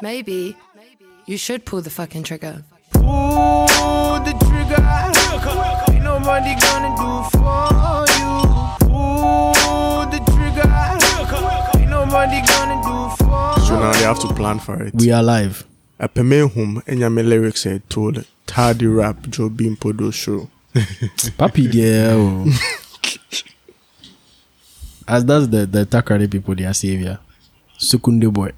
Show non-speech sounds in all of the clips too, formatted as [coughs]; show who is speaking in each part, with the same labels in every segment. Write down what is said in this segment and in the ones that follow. Speaker 1: Maybe you should pull the fucking trigger.
Speaker 2: Pull the trigger. Ain't nobody gonna do it for you. Pull the trigger. Ain't nobody gonna do it for
Speaker 3: So now they have to plan for it.
Speaker 4: We are live.
Speaker 3: Epeme hum enyame lyrics e told Tardy Rap Joe Bean Podo show. [laughs]
Speaker 4: Papi dear. oh. [laughs] As that's the, the Takrade people, their savior. Sukunde boy.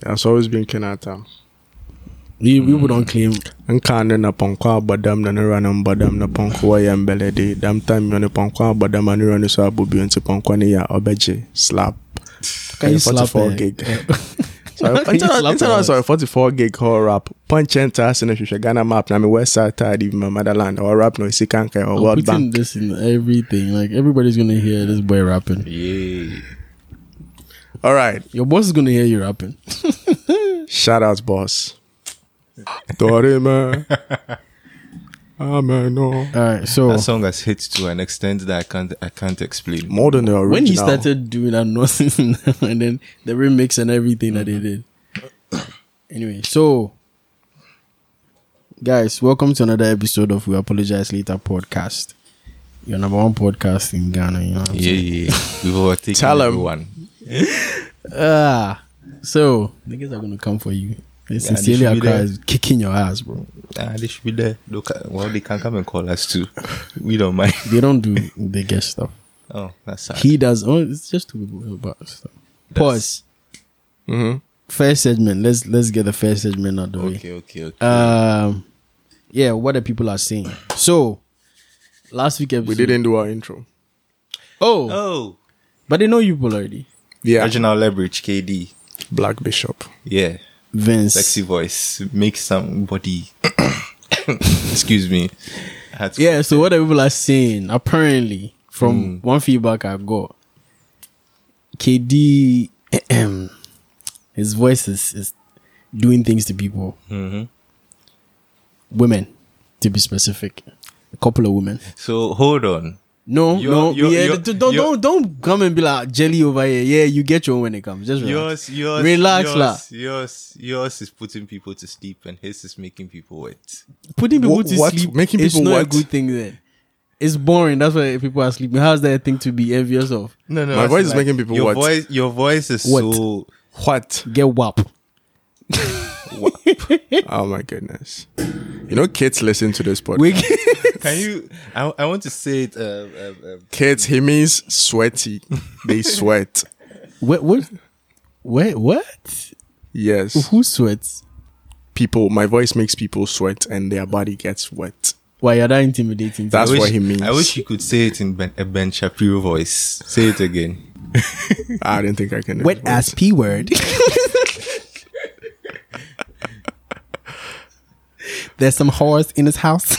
Speaker 3: That's always been Kenata.
Speaker 4: We, we people don't claim.
Speaker 3: Nkane na ponkwa badam na nera na mbadam na ponkwa ya mbelede. Dam time yone ponkwa badam na nera ni so abubi yonti ponkwa ni ya obeje. Slap.
Speaker 4: Can you
Speaker 3: Eh,
Speaker 4: slap
Speaker 3: 44
Speaker 4: eh? [laughs]
Speaker 3: gig.
Speaker 4: Eh,
Speaker 3: Sorry,
Speaker 4: [laughs] Can you slap
Speaker 3: instead
Speaker 4: her?
Speaker 3: of sorry, 44 gig whole rap. Punch enter as in a Ghana map. Na me west side tired even my motherland or rap no isikanka or
Speaker 4: I'm
Speaker 3: world
Speaker 4: putting
Speaker 3: bank.
Speaker 4: this in everything. Like everybody's gonna hear this boy rapping.
Speaker 5: Yeah.
Speaker 3: All right.
Speaker 4: Your boss is gonna hear you rapping. [laughs]
Speaker 3: Shout out, boss. Dorime. Amen. no.
Speaker 4: All right. So
Speaker 5: That song has hit to an extent that I can't I can't explain.
Speaker 3: More than the original.
Speaker 4: when he started doing that nonsense [laughs] and then the remix and everything that
Speaker 5: Mm-hmm.
Speaker 4: they did. Anyway, so guys, welcome to another episode of We Apologize Later podcast. Your number one podcast in Ghana, you know. what I'm
Speaker 5: Yeah, yeah. We've overtaken
Speaker 3: Tell 'em.
Speaker 5: everyone.
Speaker 4: Ah, so niggas are gonna come for you. And
Speaker 5: they
Speaker 4: sincerely,
Speaker 5: should be
Speaker 4: Accra
Speaker 5: there.
Speaker 4: is kicking your ass, bro.
Speaker 5: Ah, they should be there. Look, well, they can come and call us too. We don't mind. [laughs]
Speaker 4: They don't do the guest stuff.
Speaker 5: Oh, that's sad.
Speaker 4: He does. Oh, it's just two people. who about stuff. Pause.
Speaker 3: Mhm.
Speaker 4: First segment. Let's let's get the first segment out the way.
Speaker 5: Mm-hmm. okay, okay, okay.
Speaker 4: Um, yeah, what the people are saying. So last week episode,
Speaker 3: We didn't do our intro.
Speaker 4: Oh,
Speaker 5: oh,
Speaker 4: but they know you people already.
Speaker 3: Yeah.
Speaker 5: original leverage, KD.
Speaker 3: Black Bishop.
Speaker 5: Yeah,
Speaker 4: Vince,
Speaker 5: sexy voice. Make somebody. [coughs] Excuse me. I had to-
Speaker 4: Yeah, so what the people are saying, apparently, from
Speaker 5: Hmm.
Speaker 4: one feedback I got, KD, [clears throat] his voice is, is doing things to people.
Speaker 5: Mm-hmm.
Speaker 4: Women, to be specific. A couple of women.
Speaker 5: So hold on.
Speaker 4: No,
Speaker 5: You're-
Speaker 4: no,
Speaker 5: you're-
Speaker 4: yeah,
Speaker 5: you're-
Speaker 4: d- don't,
Speaker 5: you're-
Speaker 4: don't, don't come and be like jelly over here. Yeah, you get your own when it comes. Just relax.
Speaker 5: Yours, yours,
Speaker 4: relax,
Speaker 5: yours,
Speaker 4: lah.
Speaker 5: yours, yours is putting people to sleep, and his is making people wet.
Speaker 4: Putting people
Speaker 3: What-
Speaker 4: to
Speaker 3: what?
Speaker 4: sleep,
Speaker 3: Making
Speaker 4: it's
Speaker 3: people
Speaker 4: not a
Speaker 3: what?
Speaker 4: good thing. Then it's boring. That's why people are sleeping. How's that a thing to be envious of?
Speaker 5: No, no.
Speaker 3: My
Speaker 5: as
Speaker 3: voice
Speaker 5: in,
Speaker 3: is making people
Speaker 5: your
Speaker 3: wet.
Speaker 5: Voice, your voice is
Speaker 3: [laughs]
Speaker 4: Wet.
Speaker 5: so.
Speaker 3: What?
Speaker 4: Get wap.
Speaker 3: Oh my goodness. You know, kids listen to this podcast.
Speaker 4: Wig.
Speaker 5: Can you? I, I want to say it. Uh, uh, uh,
Speaker 3: kids, he means sweaty.
Speaker 4: [laughs]
Speaker 3: they sweat.
Speaker 4: What? What? Wait, what?
Speaker 3: Yes.
Speaker 4: Who sweats?
Speaker 3: People, my voice makes people sweat and their body gets wet.
Speaker 4: Why you're that intimidating?
Speaker 3: That's
Speaker 5: I wish-
Speaker 3: what he means.
Speaker 5: I wish you could say it in ben, a Ben Shapiro voice. Say it again. [laughs]
Speaker 3: I don't think I can. do
Speaker 4: wet
Speaker 3: it.
Speaker 4: ass p
Speaker 3: [laughs]
Speaker 4: word. There's some horse in
Speaker 3: [laughs]
Speaker 4: his house.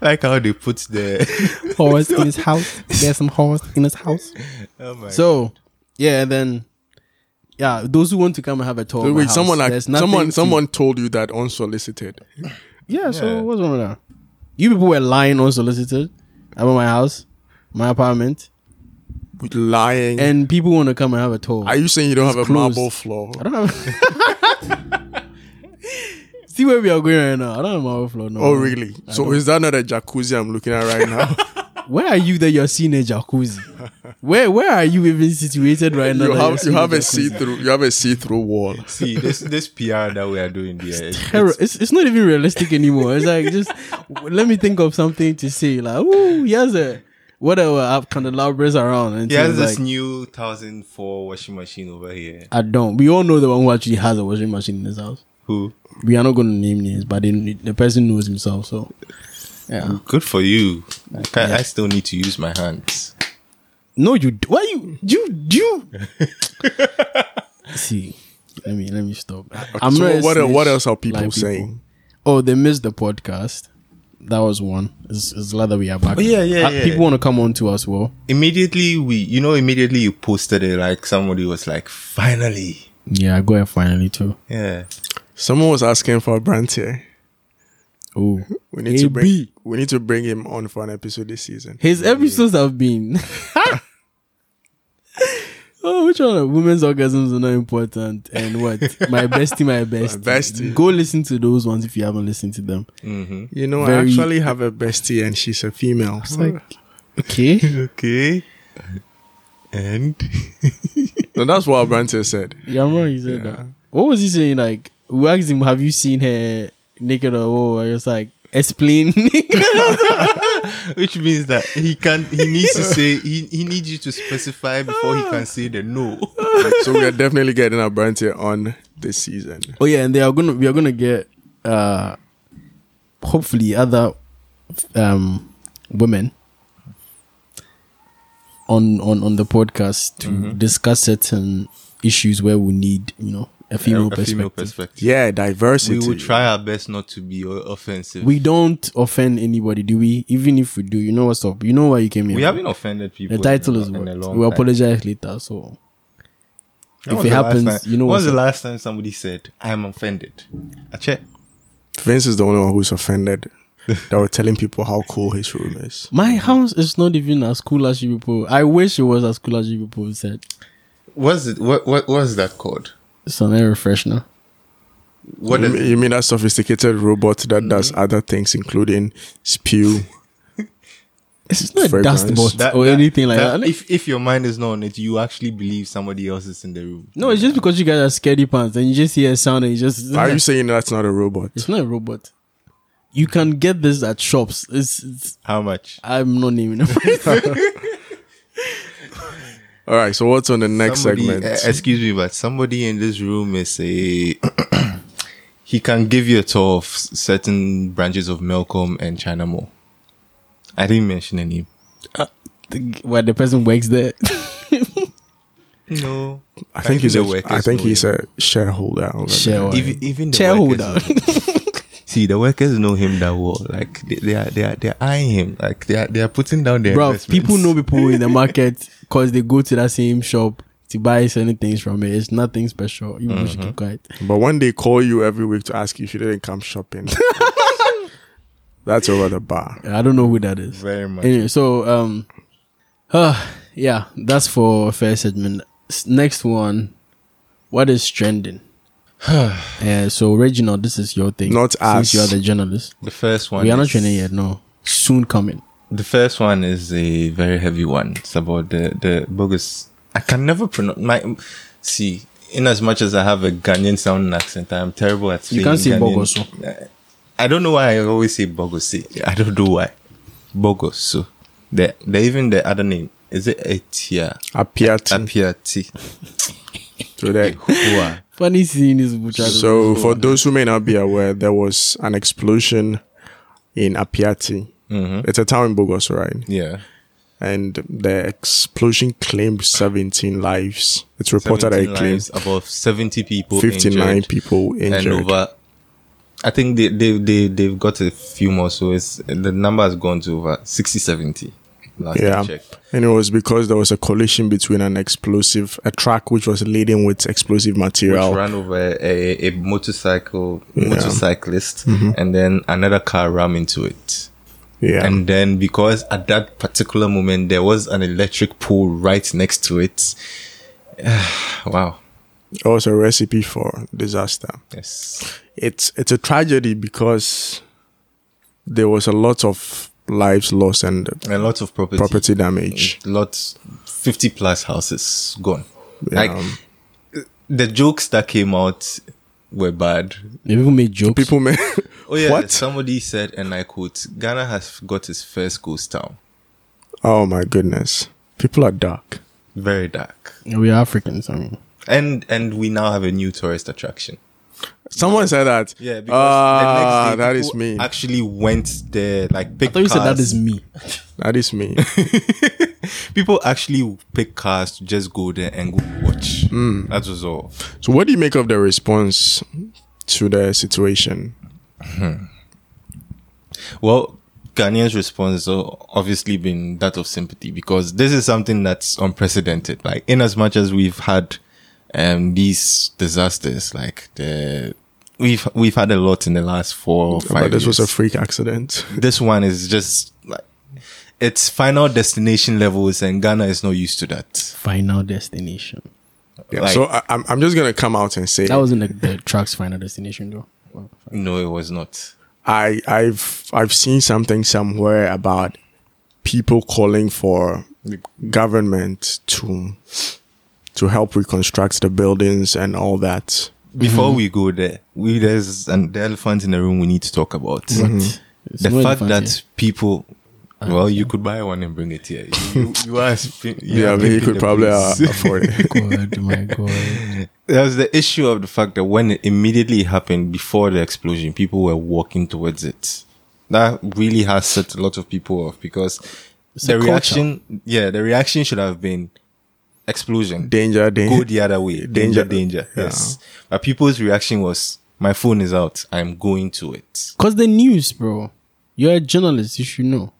Speaker 5: like how they put the. [laughs]
Speaker 4: horse in his house. There's some horse in his house.
Speaker 5: oh my
Speaker 4: So, yeah, then, yeah, those who want to come and have a talk.
Speaker 3: Wait,
Speaker 4: at my
Speaker 3: wait
Speaker 4: house,
Speaker 3: someone, like,
Speaker 4: there's nothing
Speaker 3: someone,
Speaker 4: to-
Speaker 3: someone told you that unsolicited.
Speaker 4: Yeah,
Speaker 5: Yeah.
Speaker 4: so what's wrong with that? You people were lying unsolicited about my house, my apartment,
Speaker 3: Lying.
Speaker 4: and people want to come and have a talk.
Speaker 3: Are you saying you don't have a
Speaker 4: closed.
Speaker 3: marble floor?
Speaker 4: I don't have. [laughs] See where we are going right now. I don't have my overflow. No.
Speaker 3: Oh, really? So is that not a jacuzzi I'm looking at right
Speaker 4: [laughs]
Speaker 3: now? [laughs]
Speaker 4: Where are you that you're seeing a jacuzzi? Where Where are you even situated right now?
Speaker 3: you
Speaker 4: that
Speaker 3: have
Speaker 4: you're
Speaker 3: you have a
Speaker 4: seeing
Speaker 3: see through you have a see through wall.
Speaker 5: See this this PR that we are doing there. It's,
Speaker 4: jacuzzi? Terror- It's, it's not even realistic anymore. It's like just w- let me think of something to say. Like, ooh, yes, sir. Whatever. I've candelabras around. And
Speaker 5: he has
Speaker 4: things
Speaker 5: this
Speaker 4: like,
Speaker 5: new thousand four washing machine over here.
Speaker 4: I don't. We all know the one who actually has a washing machine in his house.
Speaker 5: Who?
Speaker 4: We are not going to name names, but they, the person knows himself. So, yeah.
Speaker 5: Good for you. I, can't, I still need to use my hands.
Speaker 4: No, you. d- Why you? You. You. [laughs] See, let me let me stop. I'm
Speaker 3: so
Speaker 4: not a
Speaker 3: what el- what
Speaker 4: snitch
Speaker 3: else are people
Speaker 4: like
Speaker 3: saying?
Speaker 4: Oh, they missed the podcast. That was one. It's, it's glad that we are back.
Speaker 5: Oh, yeah, yeah,
Speaker 4: Uh,
Speaker 5: yeah.
Speaker 4: People want to come on to us. Well,
Speaker 5: Immediately we, you know, immediately you posted it like somebody was like, finally.
Speaker 4: yeah, I go ahead finally too.
Speaker 5: Yeah.
Speaker 3: Someone was asking for a brand here.
Speaker 4: Oh,
Speaker 3: We need to bring we need to bring him on for an episode this season.
Speaker 4: his episodes have been. [laughs] oh, which one? Women's orgasms are not important. And what? My bestie, [laughs] my bestie.
Speaker 3: bestie.
Speaker 4: Go listen to those ones if you haven't listened to them.
Speaker 5: Mm-hmm.
Speaker 3: You know, I
Speaker 4: Very-
Speaker 3: actually have a bestie and she's a female. It's like,
Speaker 4: Okay.
Speaker 5: Okay. And
Speaker 3: no, that's what Branton said.
Speaker 4: Yeah, I'm wrong. He said that. What was he saying? Like, we asked him, "Have you seen her naked or what?" I was like, "Explain." [laughs]
Speaker 5: which means that he can he needs to say he, he needs you to specify before he can say the no.
Speaker 3: so we are definitely getting a Branton on this season.
Speaker 4: oh yeah, and they are gonna we are gonna get uh, hopefully other um women on on on the podcast to
Speaker 5: Mm-hmm.
Speaker 4: discuss certain issues where we need you know a female
Speaker 5: A
Speaker 4: perspective.
Speaker 5: female perspective.
Speaker 3: Yeah, diversity.
Speaker 5: We will try our best not to be o- offensive. We,
Speaker 4: We don't offend anybody, do we? Even if we do, you know what's up. You know why you came here.
Speaker 5: haven't offended people.
Speaker 4: the title
Speaker 5: in,
Speaker 4: is
Speaker 5: a-
Speaker 4: what?
Speaker 5: in a long
Speaker 4: We
Speaker 5: time.
Speaker 4: apologize later. So
Speaker 5: When
Speaker 4: if
Speaker 5: was
Speaker 4: it
Speaker 5: the last
Speaker 4: happens,
Speaker 5: time-
Speaker 4: you know
Speaker 5: When was
Speaker 4: what's
Speaker 5: the
Speaker 4: up.
Speaker 5: last time somebody said I'm offended? Ache.
Speaker 3: Vince is the only one who's offended that we're telling people how cool his room is.
Speaker 4: My
Speaker 5: Mm-hmm.
Speaker 4: house is not even as cool as you people. I wish it was as cool as you people said.
Speaker 5: What's it? What what was that called?
Speaker 4: It's an air freshener.
Speaker 5: What
Speaker 3: you,
Speaker 5: is
Speaker 4: Mm.
Speaker 3: mean,
Speaker 5: it? Mm-hmm.
Speaker 3: you mean that sophisticated robot that does other things, including
Speaker 5: [laughs]
Speaker 3: spew?
Speaker 4: It's not a
Speaker 3: Fragrance.
Speaker 4: dust bot
Speaker 5: That-
Speaker 4: or
Speaker 5: that-
Speaker 4: anything like that.
Speaker 5: that- If if your mind is not on it, you actually believe somebody else is in the room.
Speaker 4: no, it's just because you guys are scaredy pants and you just hear a sound and you just.
Speaker 3: Are you saying that's not a robot?
Speaker 4: [laughs] It's not a robot. You can get this at shops. It's, it's
Speaker 5: How much?
Speaker 4: I'm not naming it.
Speaker 3: All right, so what's on the next
Speaker 5: Somebody-
Speaker 3: segment?
Speaker 5: eh, excuse me, but somebody in this room is a. [clears throat] he can give you a tour of s- certain branches of Melcom and China Mall. I didn't mention any.
Speaker 4: Where Uh, the person works there.
Speaker 5: No.
Speaker 3: I think he's
Speaker 5: the
Speaker 3: a,
Speaker 5: workers
Speaker 3: I think
Speaker 5: know
Speaker 3: he's
Speaker 5: him.
Speaker 3: a shareholder. over there.
Speaker 4: Shareholder.
Speaker 5: Even, even the
Speaker 4: Shareholder.
Speaker 5: workers
Speaker 4: [laughs]
Speaker 5: know- See, the workers know him that well. Like they, they are, they are, they are eyeing him. Like they are, they are putting down their.
Speaker 4: Bro,
Speaker 5: investments.
Speaker 4: people
Speaker 5: [laughs]
Speaker 4: know people in the market because they go to that same shop to buy certain things from it. It's nothing special. You should keep quiet.
Speaker 3: But when they call you every week to ask you if you didn't come
Speaker 5: [laughs]
Speaker 3: shopping, that's over the bar.
Speaker 4: I don't know who that is.
Speaker 5: very much.
Speaker 4: Anyway, so um, uh, yeah, that's for first segment. S- Next one, what is
Speaker 3: [sighs]
Speaker 4: trending? uh, so Reginald, this is your thing.
Speaker 3: Not us.
Speaker 4: Since you are the journalist,
Speaker 5: The first one.
Speaker 4: we are not
Speaker 5: is-
Speaker 4: trending yet. No, soon coming.
Speaker 5: The first one is a very heavy one. It's about the the bogus. I can never pronounce my. See, in as much as I have a Ghanaian sounding accent, I'm terrible at.
Speaker 4: You
Speaker 5: saying
Speaker 4: can't say oh.
Speaker 5: Ghanaian- Uh,
Speaker 4: Bogoso.
Speaker 5: I don't know why I always say Bogosi. I don't know why. Bogoso. The the even the other name is it Etia
Speaker 3: Apiati
Speaker 5: Apiati.
Speaker 3: today.
Speaker 5: Hua.
Speaker 4: Funny seeing this butcher.
Speaker 3: So, for
Speaker 5: Mm-hmm.
Speaker 3: those who may not be aware, there was an explosion in Apiati.
Speaker 5: Mm-hmm.
Speaker 3: It's a town in Bogos, right?
Speaker 5: Yeah.
Speaker 3: And the explosion claimed 17 lives. It's reported that it
Speaker 5: 17
Speaker 3: claimed
Speaker 5: lives, about seventy people.
Speaker 3: 59
Speaker 5: injured.
Speaker 3: people injured.
Speaker 5: and over. I think they they they they've got a few more, so it's the number has gone to over 60, 70. Last I
Speaker 3: yeah.
Speaker 5: checked.
Speaker 3: And it was because there was a collision between an explosive, a truck which was laden with explosive
Speaker 5: Which
Speaker 3: material.
Speaker 5: ran over a, a motorcycle motorcyclist, and then another car ran into it.
Speaker 3: Mm-hmm. Yeah.
Speaker 5: And then because at that particular moment there was an electric pole right next to it. [sighs] wow.
Speaker 3: it was a recipe for disaster.
Speaker 5: Yes.
Speaker 3: it's it's a tragedy because there was a lot of lives lost and
Speaker 5: And a lot of property.
Speaker 3: property damage.
Speaker 5: Lots, fifty plus houses gone. Like
Speaker 3: Um,
Speaker 5: the jokes that came out were bad.
Speaker 4: They people make jokes.
Speaker 3: people may [laughs]
Speaker 5: Oh yeah,
Speaker 3: What?
Speaker 5: somebody said, and I quote: "Ghana has got his first ghost town.
Speaker 3: Oh my goodness. People are dark.
Speaker 5: Very dark,
Speaker 4: we are Africans. I mean,
Speaker 5: and and we now have a new tourist attraction.
Speaker 3: Someone said that.
Speaker 5: Yeah, because
Speaker 3: Ah,
Speaker 5: the next day
Speaker 3: that is
Speaker 5: people
Speaker 3: me.
Speaker 5: actually went there, like picked
Speaker 4: I thought you said that
Speaker 5: cars.
Speaker 4: is me. [laughs]
Speaker 3: That is me.
Speaker 5: [laughs] people actually pick cars to just go there and go watch.
Speaker 3: Mm.
Speaker 5: That was all.
Speaker 3: so what do you make of the response to the situation?
Speaker 5: Well, Ghanaians' response has obviously been that of sympathy because this is something that's unprecedented. Like, in as much as we've had um, these disasters, like the we've we've had a lot in the last four or five.
Speaker 3: But this was a
Speaker 5: years.
Speaker 3: freak
Speaker 5: [laughs]
Speaker 3: accident.
Speaker 5: this one is just like it's final destination levels, and Ghana is not used to that.
Speaker 4: Final destination.
Speaker 3: Yeah,
Speaker 5: Like-
Speaker 3: so I, I'm, I'm just gonna come out and say
Speaker 4: That wasn't the, the truck's final destination, though. Well,
Speaker 5: No, it was not.
Speaker 3: I I've I've seen something somewhere about people calling for the government to to help reconstruct the buildings and all that. Mm-hmm.
Speaker 5: Before we go there, we there's an the elephant in the room we need to talk about.
Speaker 3: Mm-hmm.
Speaker 4: it's
Speaker 5: The
Speaker 4: no
Speaker 5: fact
Speaker 4: difference
Speaker 5: that
Speaker 4: here.
Speaker 5: people well, you could buy one and bring it here. You,
Speaker 3: [laughs]
Speaker 5: you are spin- you
Speaker 3: Yeah,
Speaker 5: are
Speaker 3: we
Speaker 5: picking
Speaker 3: could
Speaker 5: the
Speaker 3: probably uh,
Speaker 5: place.
Speaker 3: afford
Speaker 5: [laughs]
Speaker 3: it.
Speaker 4: [laughs] God, my God.
Speaker 5: There's the issue of the fact that when it immediately happened before the explosion, people were walking towards it. That really has set a lot of people off because
Speaker 4: a
Speaker 5: the
Speaker 4: culture.
Speaker 5: reaction, yeah, the reaction should have been explosion,
Speaker 3: danger,
Speaker 5: go
Speaker 3: danger.
Speaker 5: the other way,
Speaker 3: Danger.
Speaker 5: danger, danger.
Speaker 3: Yeah.
Speaker 5: Yes, but people's reaction was, "My phone is out. I'm going to it."
Speaker 4: Cause the news, bro. You're a journalist. You should know.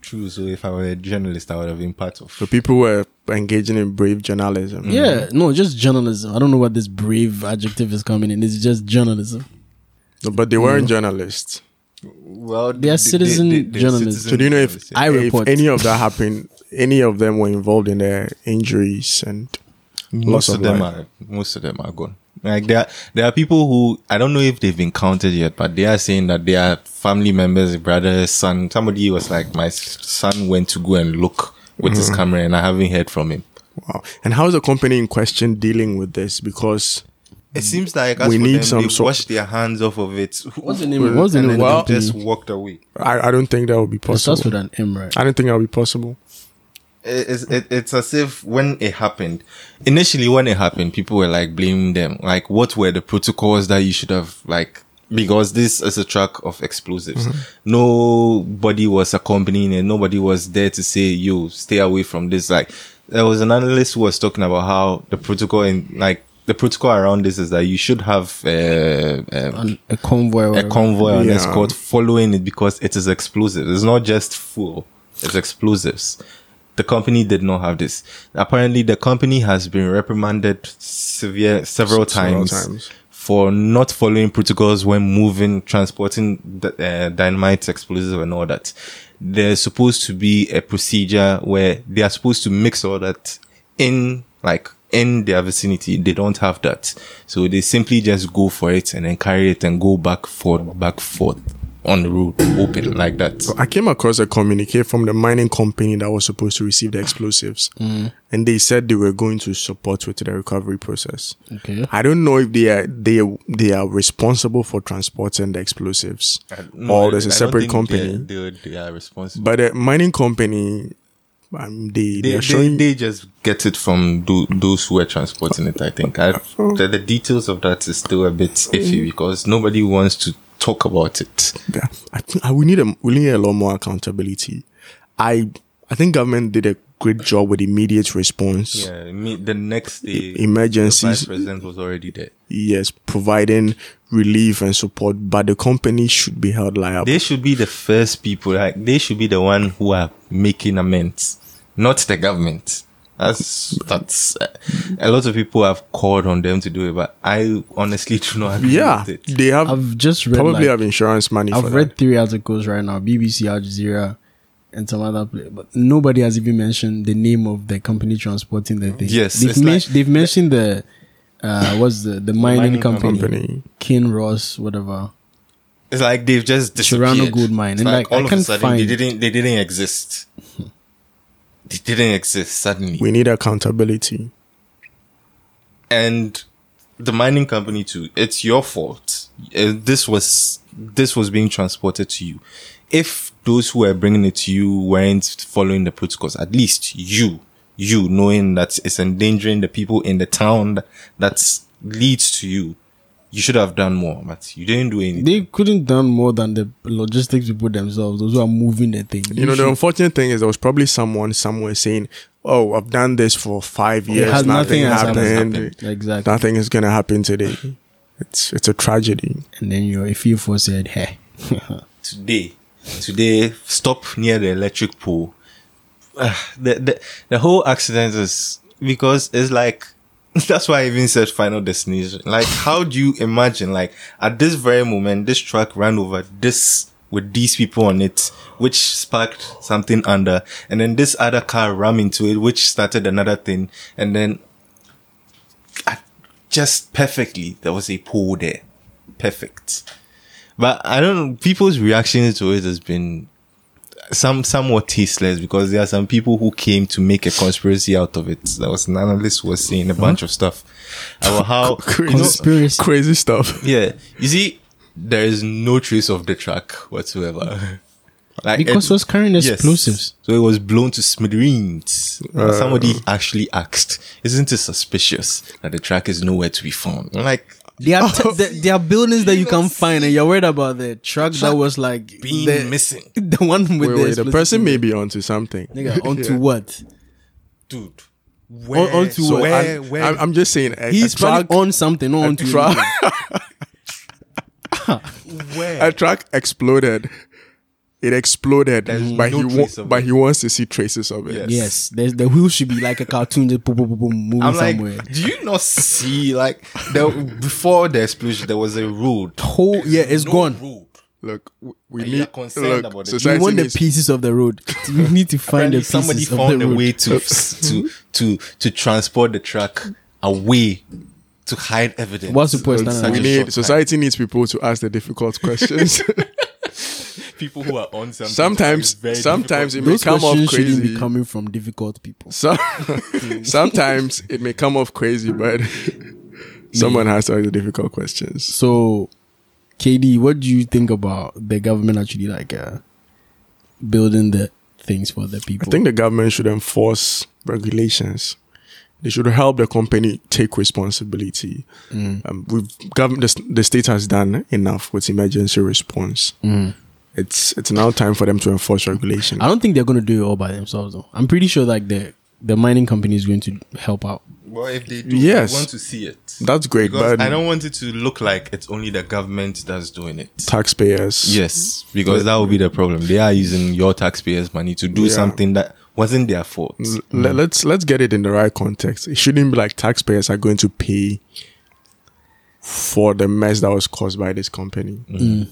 Speaker 5: True. So if I were a journalist, I would have been part of.
Speaker 3: So people were engaging in brave journalism.
Speaker 4: Yeah, no, just journalism. I don't know what this brave adjective is coming in. It's just journalism.
Speaker 3: No, but they weren't journalists.
Speaker 5: Well,
Speaker 4: They are citizen journalists.
Speaker 3: So do you know if,
Speaker 5: journalists, yeah.
Speaker 4: I
Speaker 3: if
Speaker 4: report.
Speaker 3: any of that happened? Any of them were involved in their injuries and
Speaker 5: most
Speaker 3: loss
Speaker 5: of,
Speaker 3: of
Speaker 5: them
Speaker 3: life.
Speaker 5: are most of them are gone. Like there, are- there are people who I don't know if they've been counted yet, but they are saying that they are family members, brothers, son. Somebody was like, my s- son went to go and look with
Speaker 4: Mm-hmm.
Speaker 5: his camera, and I haven't heard from him.
Speaker 3: Wow. And how is the company in question dealing with this? Because
Speaker 5: It seems like as
Speaker 3: We
Speaker 5: for
Speaker 3: need
Speaker 5: them,
Speaker 3: some
Speaker 5: they
Speaker 3: sort-
Speaker 5: washed their hands off of it.
Speaker 4: What's the name- what's the
Speaker 5: and
Speaker 4: name
Speaker 5: then
Speaker 4: of the
Speaker 5: they just
Speaker 4: company?
Speaker 5: walked away.
Speaker 3: I, I don't think that would be
Speaker 4: It starts with
Speaker 3: possible.
Speaker 4: an M, right?
Speaker 3: I don't think that would be possible.
Speaker 5: It- it's, it, it's as if when it happened, initially when it happened, people were like blaming them. Like, what were the protocols that you should have, like, because this is a truck of explosives. Nobody was accompanying it. Nobody was there to say, you stay away from this. Like, there was an analyst who was talking about how the protocol in, like, the protocol around this is that you should have, uh, um,
Speaker 4: An- a convoy. Or
Speaker 5: a convoy and
Speaker 3: Yeah.
Speaker 5: escort following it because it is explosive. It's not just fuel, it's explosives. The company did not have this. Apparently, the company has been reprimanded severe
Speaker 3: Several
Speaker 5: several times,
Speaker 3: times.
Speaker 5: for not following protocols when moving, transporting the, uh, dynamite, explosive, and all that. There's supposed to be a procedure where they are supposed to mix all that in, like in their vicinity. They don't have that, so they simply just go for it and then carry it and go back forth, back forth on the road, open like that.
Speaker 3: I came across a communique from the mining company that was supposed to receive the explosives,
Speaker 4: Mm.
Speaker 3: and they said they were going to support with the recovery process.
Speaker 4: Okay.
Speaker 3: I don't know if they are they they are responsible for transporting the explosives, or there's a
Speaker 5: Uh, I don't
Speaker 3: separate
Speaker 5: think they are-
Speaker 3: company.
Speaker 5: They, are- they are responsible.
Speaker 3: But the mining company, um, they
Speaker 5: they,
Speaker 3: they're
Speaker 5: they,
Speaker 3: showing
Speaker 5: they just get it from do, those who are transporting it. I think I,
Speaker 3: Oh.
Speaker 5: the, the details of that is still a bit
Speaker 3: Mm.
Speaker 5: iffy because nobody wants to talk about it.
Speaker 3: Yeah, I think I, we need a we need a lot more accountability. I I think government did a great job with immediate response.
Speaker 5: Yeah, me, the next day, the
Speaker 3: E- Emergencies,
Speaker 5: vice president was already there.
Speaker 3: yes, providing relief and support, but the company should be held liable.
Speaker 5: They should be the first people. Like they should be the one who are making amends, not the government. That's that's uh, a lot of people have called on them to do it, but I honestly do not agree
Speaker 3: yeah,
Speaker 5: with it.
Speaker 3: they have
Speaker 4: I've just read.
Speaker 3: probably
Speaker 4: like-
Speaker 3: have insurance money. for
Speaker 4: I've read
Speaker 3: that.
Speaker 4: three articles right now: BBC, Al Jazeera, and some other place. But nobody has even mentioned the name of the company transporting the thing.
Speaker 5: Yes,
Speaker 4: they've,
Speaker 5: it's like-
Speaker 4: men- they've mentioned the uh, what's the the mining,
Speaker 5: mining
Speaker 4: company,
Speaker 3: company.
Speaker 4: King Ross, whatever.
Speaker 5: It's like they've just disappeared.
Speaker 4: Serrano Gold Mine,
Speaker 5: It's
Speaker 4: and like, I
Speaker 5: all of a
Speaker 4: can't
Speaker 5: sudden they
Speaker 4: find-
Speaker 5: didn't they didn't exist. they didn't exist suddenly.
Speaker 3: We need accountability.
Speaker 5: and the mining company too. It's your fault. Uh, this was this was being transported to you. If those who were bringing it to you weren't following the protocols, at least you, you knowing that it's endangering the people in the town that, that leads to you, you should have done more. But you didn't do anything.
Speaker 4: They couldn't done more than the logistics people themselves, those who are moving the thing.
Speaker 3: You know, the unfortunate thing is there was probably someone somewhere saying, "Oh, I've done this for five years.
Speaker 4: has
Speaker 3: nothing,
Speaker 4: nothing has
Speaker 3: happened.
Speaker 5: happened.
Speaker 4: exactly.
Speaker 3: Nothing is gonna happen today." It's it's a tragedy.
Speaker 4: and then your FIFO said, "Hey, [laughs]
Speaker 5: today, today, stop near the electric pole. Ah, the, the the whole accident is because it's like [laughs] that's why I even said final destination. Like, how do you imagine? Like at this very moment, this truck ran over this with these people on it, which sparked something under, and then this other car ran into it, which started another thing, and then just perfectly there was a pole there. Perfect. But I don't people's reactions to it has been some somewhat tasteless because there are some people who came to make a conspiracy out of it. There was an analyst who was saying a bunch of stuff about how
Speaker 3: Crazy,
Speaker 4: [laughs] Conspiracy.
Speaker 3: crazy stuff.
Speaker 5: yeah. You see, there is no trace of the track whatsoever. [laughs] Like
Speaker 4: Because it was carrying explosives.
Speaker 5: So it was blown to smithereens. Somebody actually asked, "Isn't it suspicious that the track is nowhere to be found?" I'm like,
Speaker 4: There are, t- there- there are buildings that you can find, and you're worried about the truck that was like
Speaker 5: being
Speaker 4: the,
Speaker 5: missing,
Speaker 4: [laughs] the one
Speaker 3: [laughs]
Speaker 4: with
Speaker 3: Wait,
Speaker 4: the,
Speaker 3: wait, the
Speaker 4: explosive.
Speaker 3: person may be onto something.
Speaker 4: [laughs] Nigga,
Speaker 3: [laughs]
Speaker 4: onto what?
Speaker 5: dude. Where?
Speaker 4: on to
Speaker 5: so
Speaker 4: what?
Speaker 5: where?
Speaker 3: I'm,
Speaker 5: where?
Speaker 3: I'm, I'm just saying, a,
Speaker 4: He's
Speaker 3: a track,
Speaker 4: probably on something, not onto
Speaker 3: track- [laughs]
Speaker 4: anything.
Speaker 5: where?
Speaker 3: a track exploded. It exploded, but
Speaker 5: no
Speaker 3: he wa-
Speaker 5: trace of
Speaker 3: but
Speaker 5: it.
Speaker 3: he wants to see traces of it.
Speaker 5: Yes.
Speaker 4: Yes, there's, the wheel should be like a cartoon, just boom, boom, boom, boom, moving
Speaker 5: I'm like,
Speaker 4: somewhere.
Speaker 5: do you not see like there, before the explosion there was a road?
Speaker 4: Whole yeah, it's
Speaker 5: No
Speaker 4: gone.
Speaker 5: road.
Speaker 3: Look, w- we
Speaker 5: Are you
Speaker 3: need
Speaker 5: concerned
Speaker 3: look.
Speaker 5: about it? You
Speaker 3: society
Speaker 4: we want the
Speaker 3: needs-
Speaker 4: pieces of the road.
Speaker 3: [laughs]
Speaker 4: We need to find the
Speaker 5: Apparently
Speaker 4: pieces
Speaker 5: somebody
Speaker 4: of
Speaker 5: found
Speaker 4: the
Speaker 5: a
Speaker 4: road. [laughs]
Speaker 5: way to to to to transport the truck away to hide evidence.
Speaker 4: What's the point?
Speaker 5: in
Speaker 4: No, no, no.
Speaker 5: such a
Speaker 3: We
Speaker 5: short
Speaker 3: need
Speaker 5: time?
Speaker 3: society needs people to ask the difficult [laughs] questions.
Speaker 5: people who are on something.
Speaker 3: sometimes,
Speaker 5: it's very
Speaker 3: sometimes it
Speaker 5: difficult.
Speaker 3: may
Speaker 4: Those
Speaker 3: come off
Speaker 4: questions shouldn't
Speaker 3: crazy.
Speaker 4: be coming from difficult people.
Speaker 3: So, [laughs] sometimes it may come off crazy, but [laughs] someone has to ask the difficult questions.
Speaker 4: So, KD, what do you think about the government actually like uh, building the things for the people?
Speaker 3: I think the government should enforce regulations. They should help the company take responsibility.
Speaker 5: Mm.
Speaker 3: Um, we've government, the, s- the state has done enough with emergency response.
Speaker 5: Mm.
Speaker 3: It's it's now time for them to enforce regulation.
Speaker 4: I don't think they're going to do it all by themselves. Though I'm pretty sure like the the mining company is going to help out.
Speaker 5: Well, if they do,
Speaker 3: Yes.
Speaker 5: I want to see it.
Speaker 3: That's great,
Speaker 5: Because
Speaker 3: but
Speaker 5: I don't want it to look like it's only the government that's doing it.
Speaker 3: taxpayers.
Speaker 5: Yes, because that would be the problem. They are using your taxpayers' money to do
Speaker 3: Yeah.
Speaker 5: something that wasn't their fault.
Speaker 3: Let, us let's get it in the right context. It shouldn't be like taxpayers are going to pay for the mess that was caused by this company.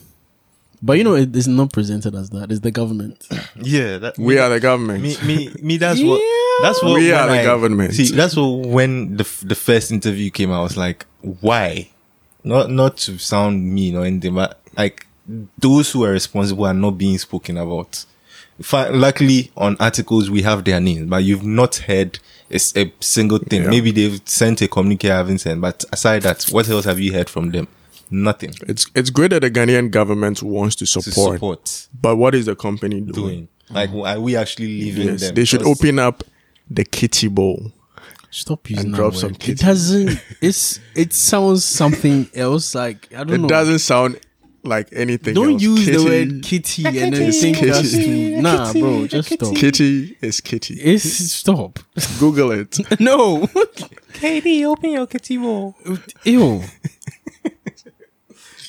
Speaker 4: But you know, it is not presented as that. It's
Speaker 3: [sighs]
Speaker 4: the government.
Speaker 5: Yeah, that,
Speaker 3: We are the government.
Speaker 5: me, me, me. That's what. That's what
Speaker 3: We are
Speaker 5: when
Speaker 3: the government.
Speaker 5: See, that's what when the f- the first interview came, I was like, why? Not not to sound mean or anything, but like those who are responsible are not being spoken about. Fa- Luckily, on articles we have their names, but you've not heard a, s- a single thing.
Speaker 3: Yeah.
Speaker 5: Maybe they've sent a communique I haven't sent, but aside that, what else have you heard from them? Nothing
Speaker 3: It's it's great that the Ghanaian government wants to
Speaker 5: to
Speaker 3: support,
Speaker 5: support
Speaker 3: but what is the company doing?
Speaker 5: doing. Like, are we actually leaving
Speaker 3: Yes,
Speaker 5: them?
Speaker 3: they should
Speaker 5: 'Cause-
Speaker 3: open up the kitty bowl.
Speaker 4: Stop using
Speaker 3: And
Speaker 4: that
Speaker 3: drop
Speaker 4: word.
Speaker 3: some
Speaker 4: It
Speaker 3: kids.
Speaker 4: doesn't. It's it
Speaker 3: [laughs]
Speaker 4: sounds something else. Like I don't
Speaker 3: It
Speaker 4: know.
Speaker 3: doesn't sound like anything.
Speaker 4: Don't
Speaker 3: else.
Speaker 4: use the
Speaker 3: Kitty-
Speaker 4: word kitty and then think
Speaker 3: kitty,
Speaker 4: that's to nah, bro. Just stop.
Speaker 3: Kitty is kitty.
Speaker 4: It's stop. [laughs]
Speaker 3: Google it.
Speaker 4: No,
Speaker 2: Katie, open your kitty wall.
Speaker 4: ew.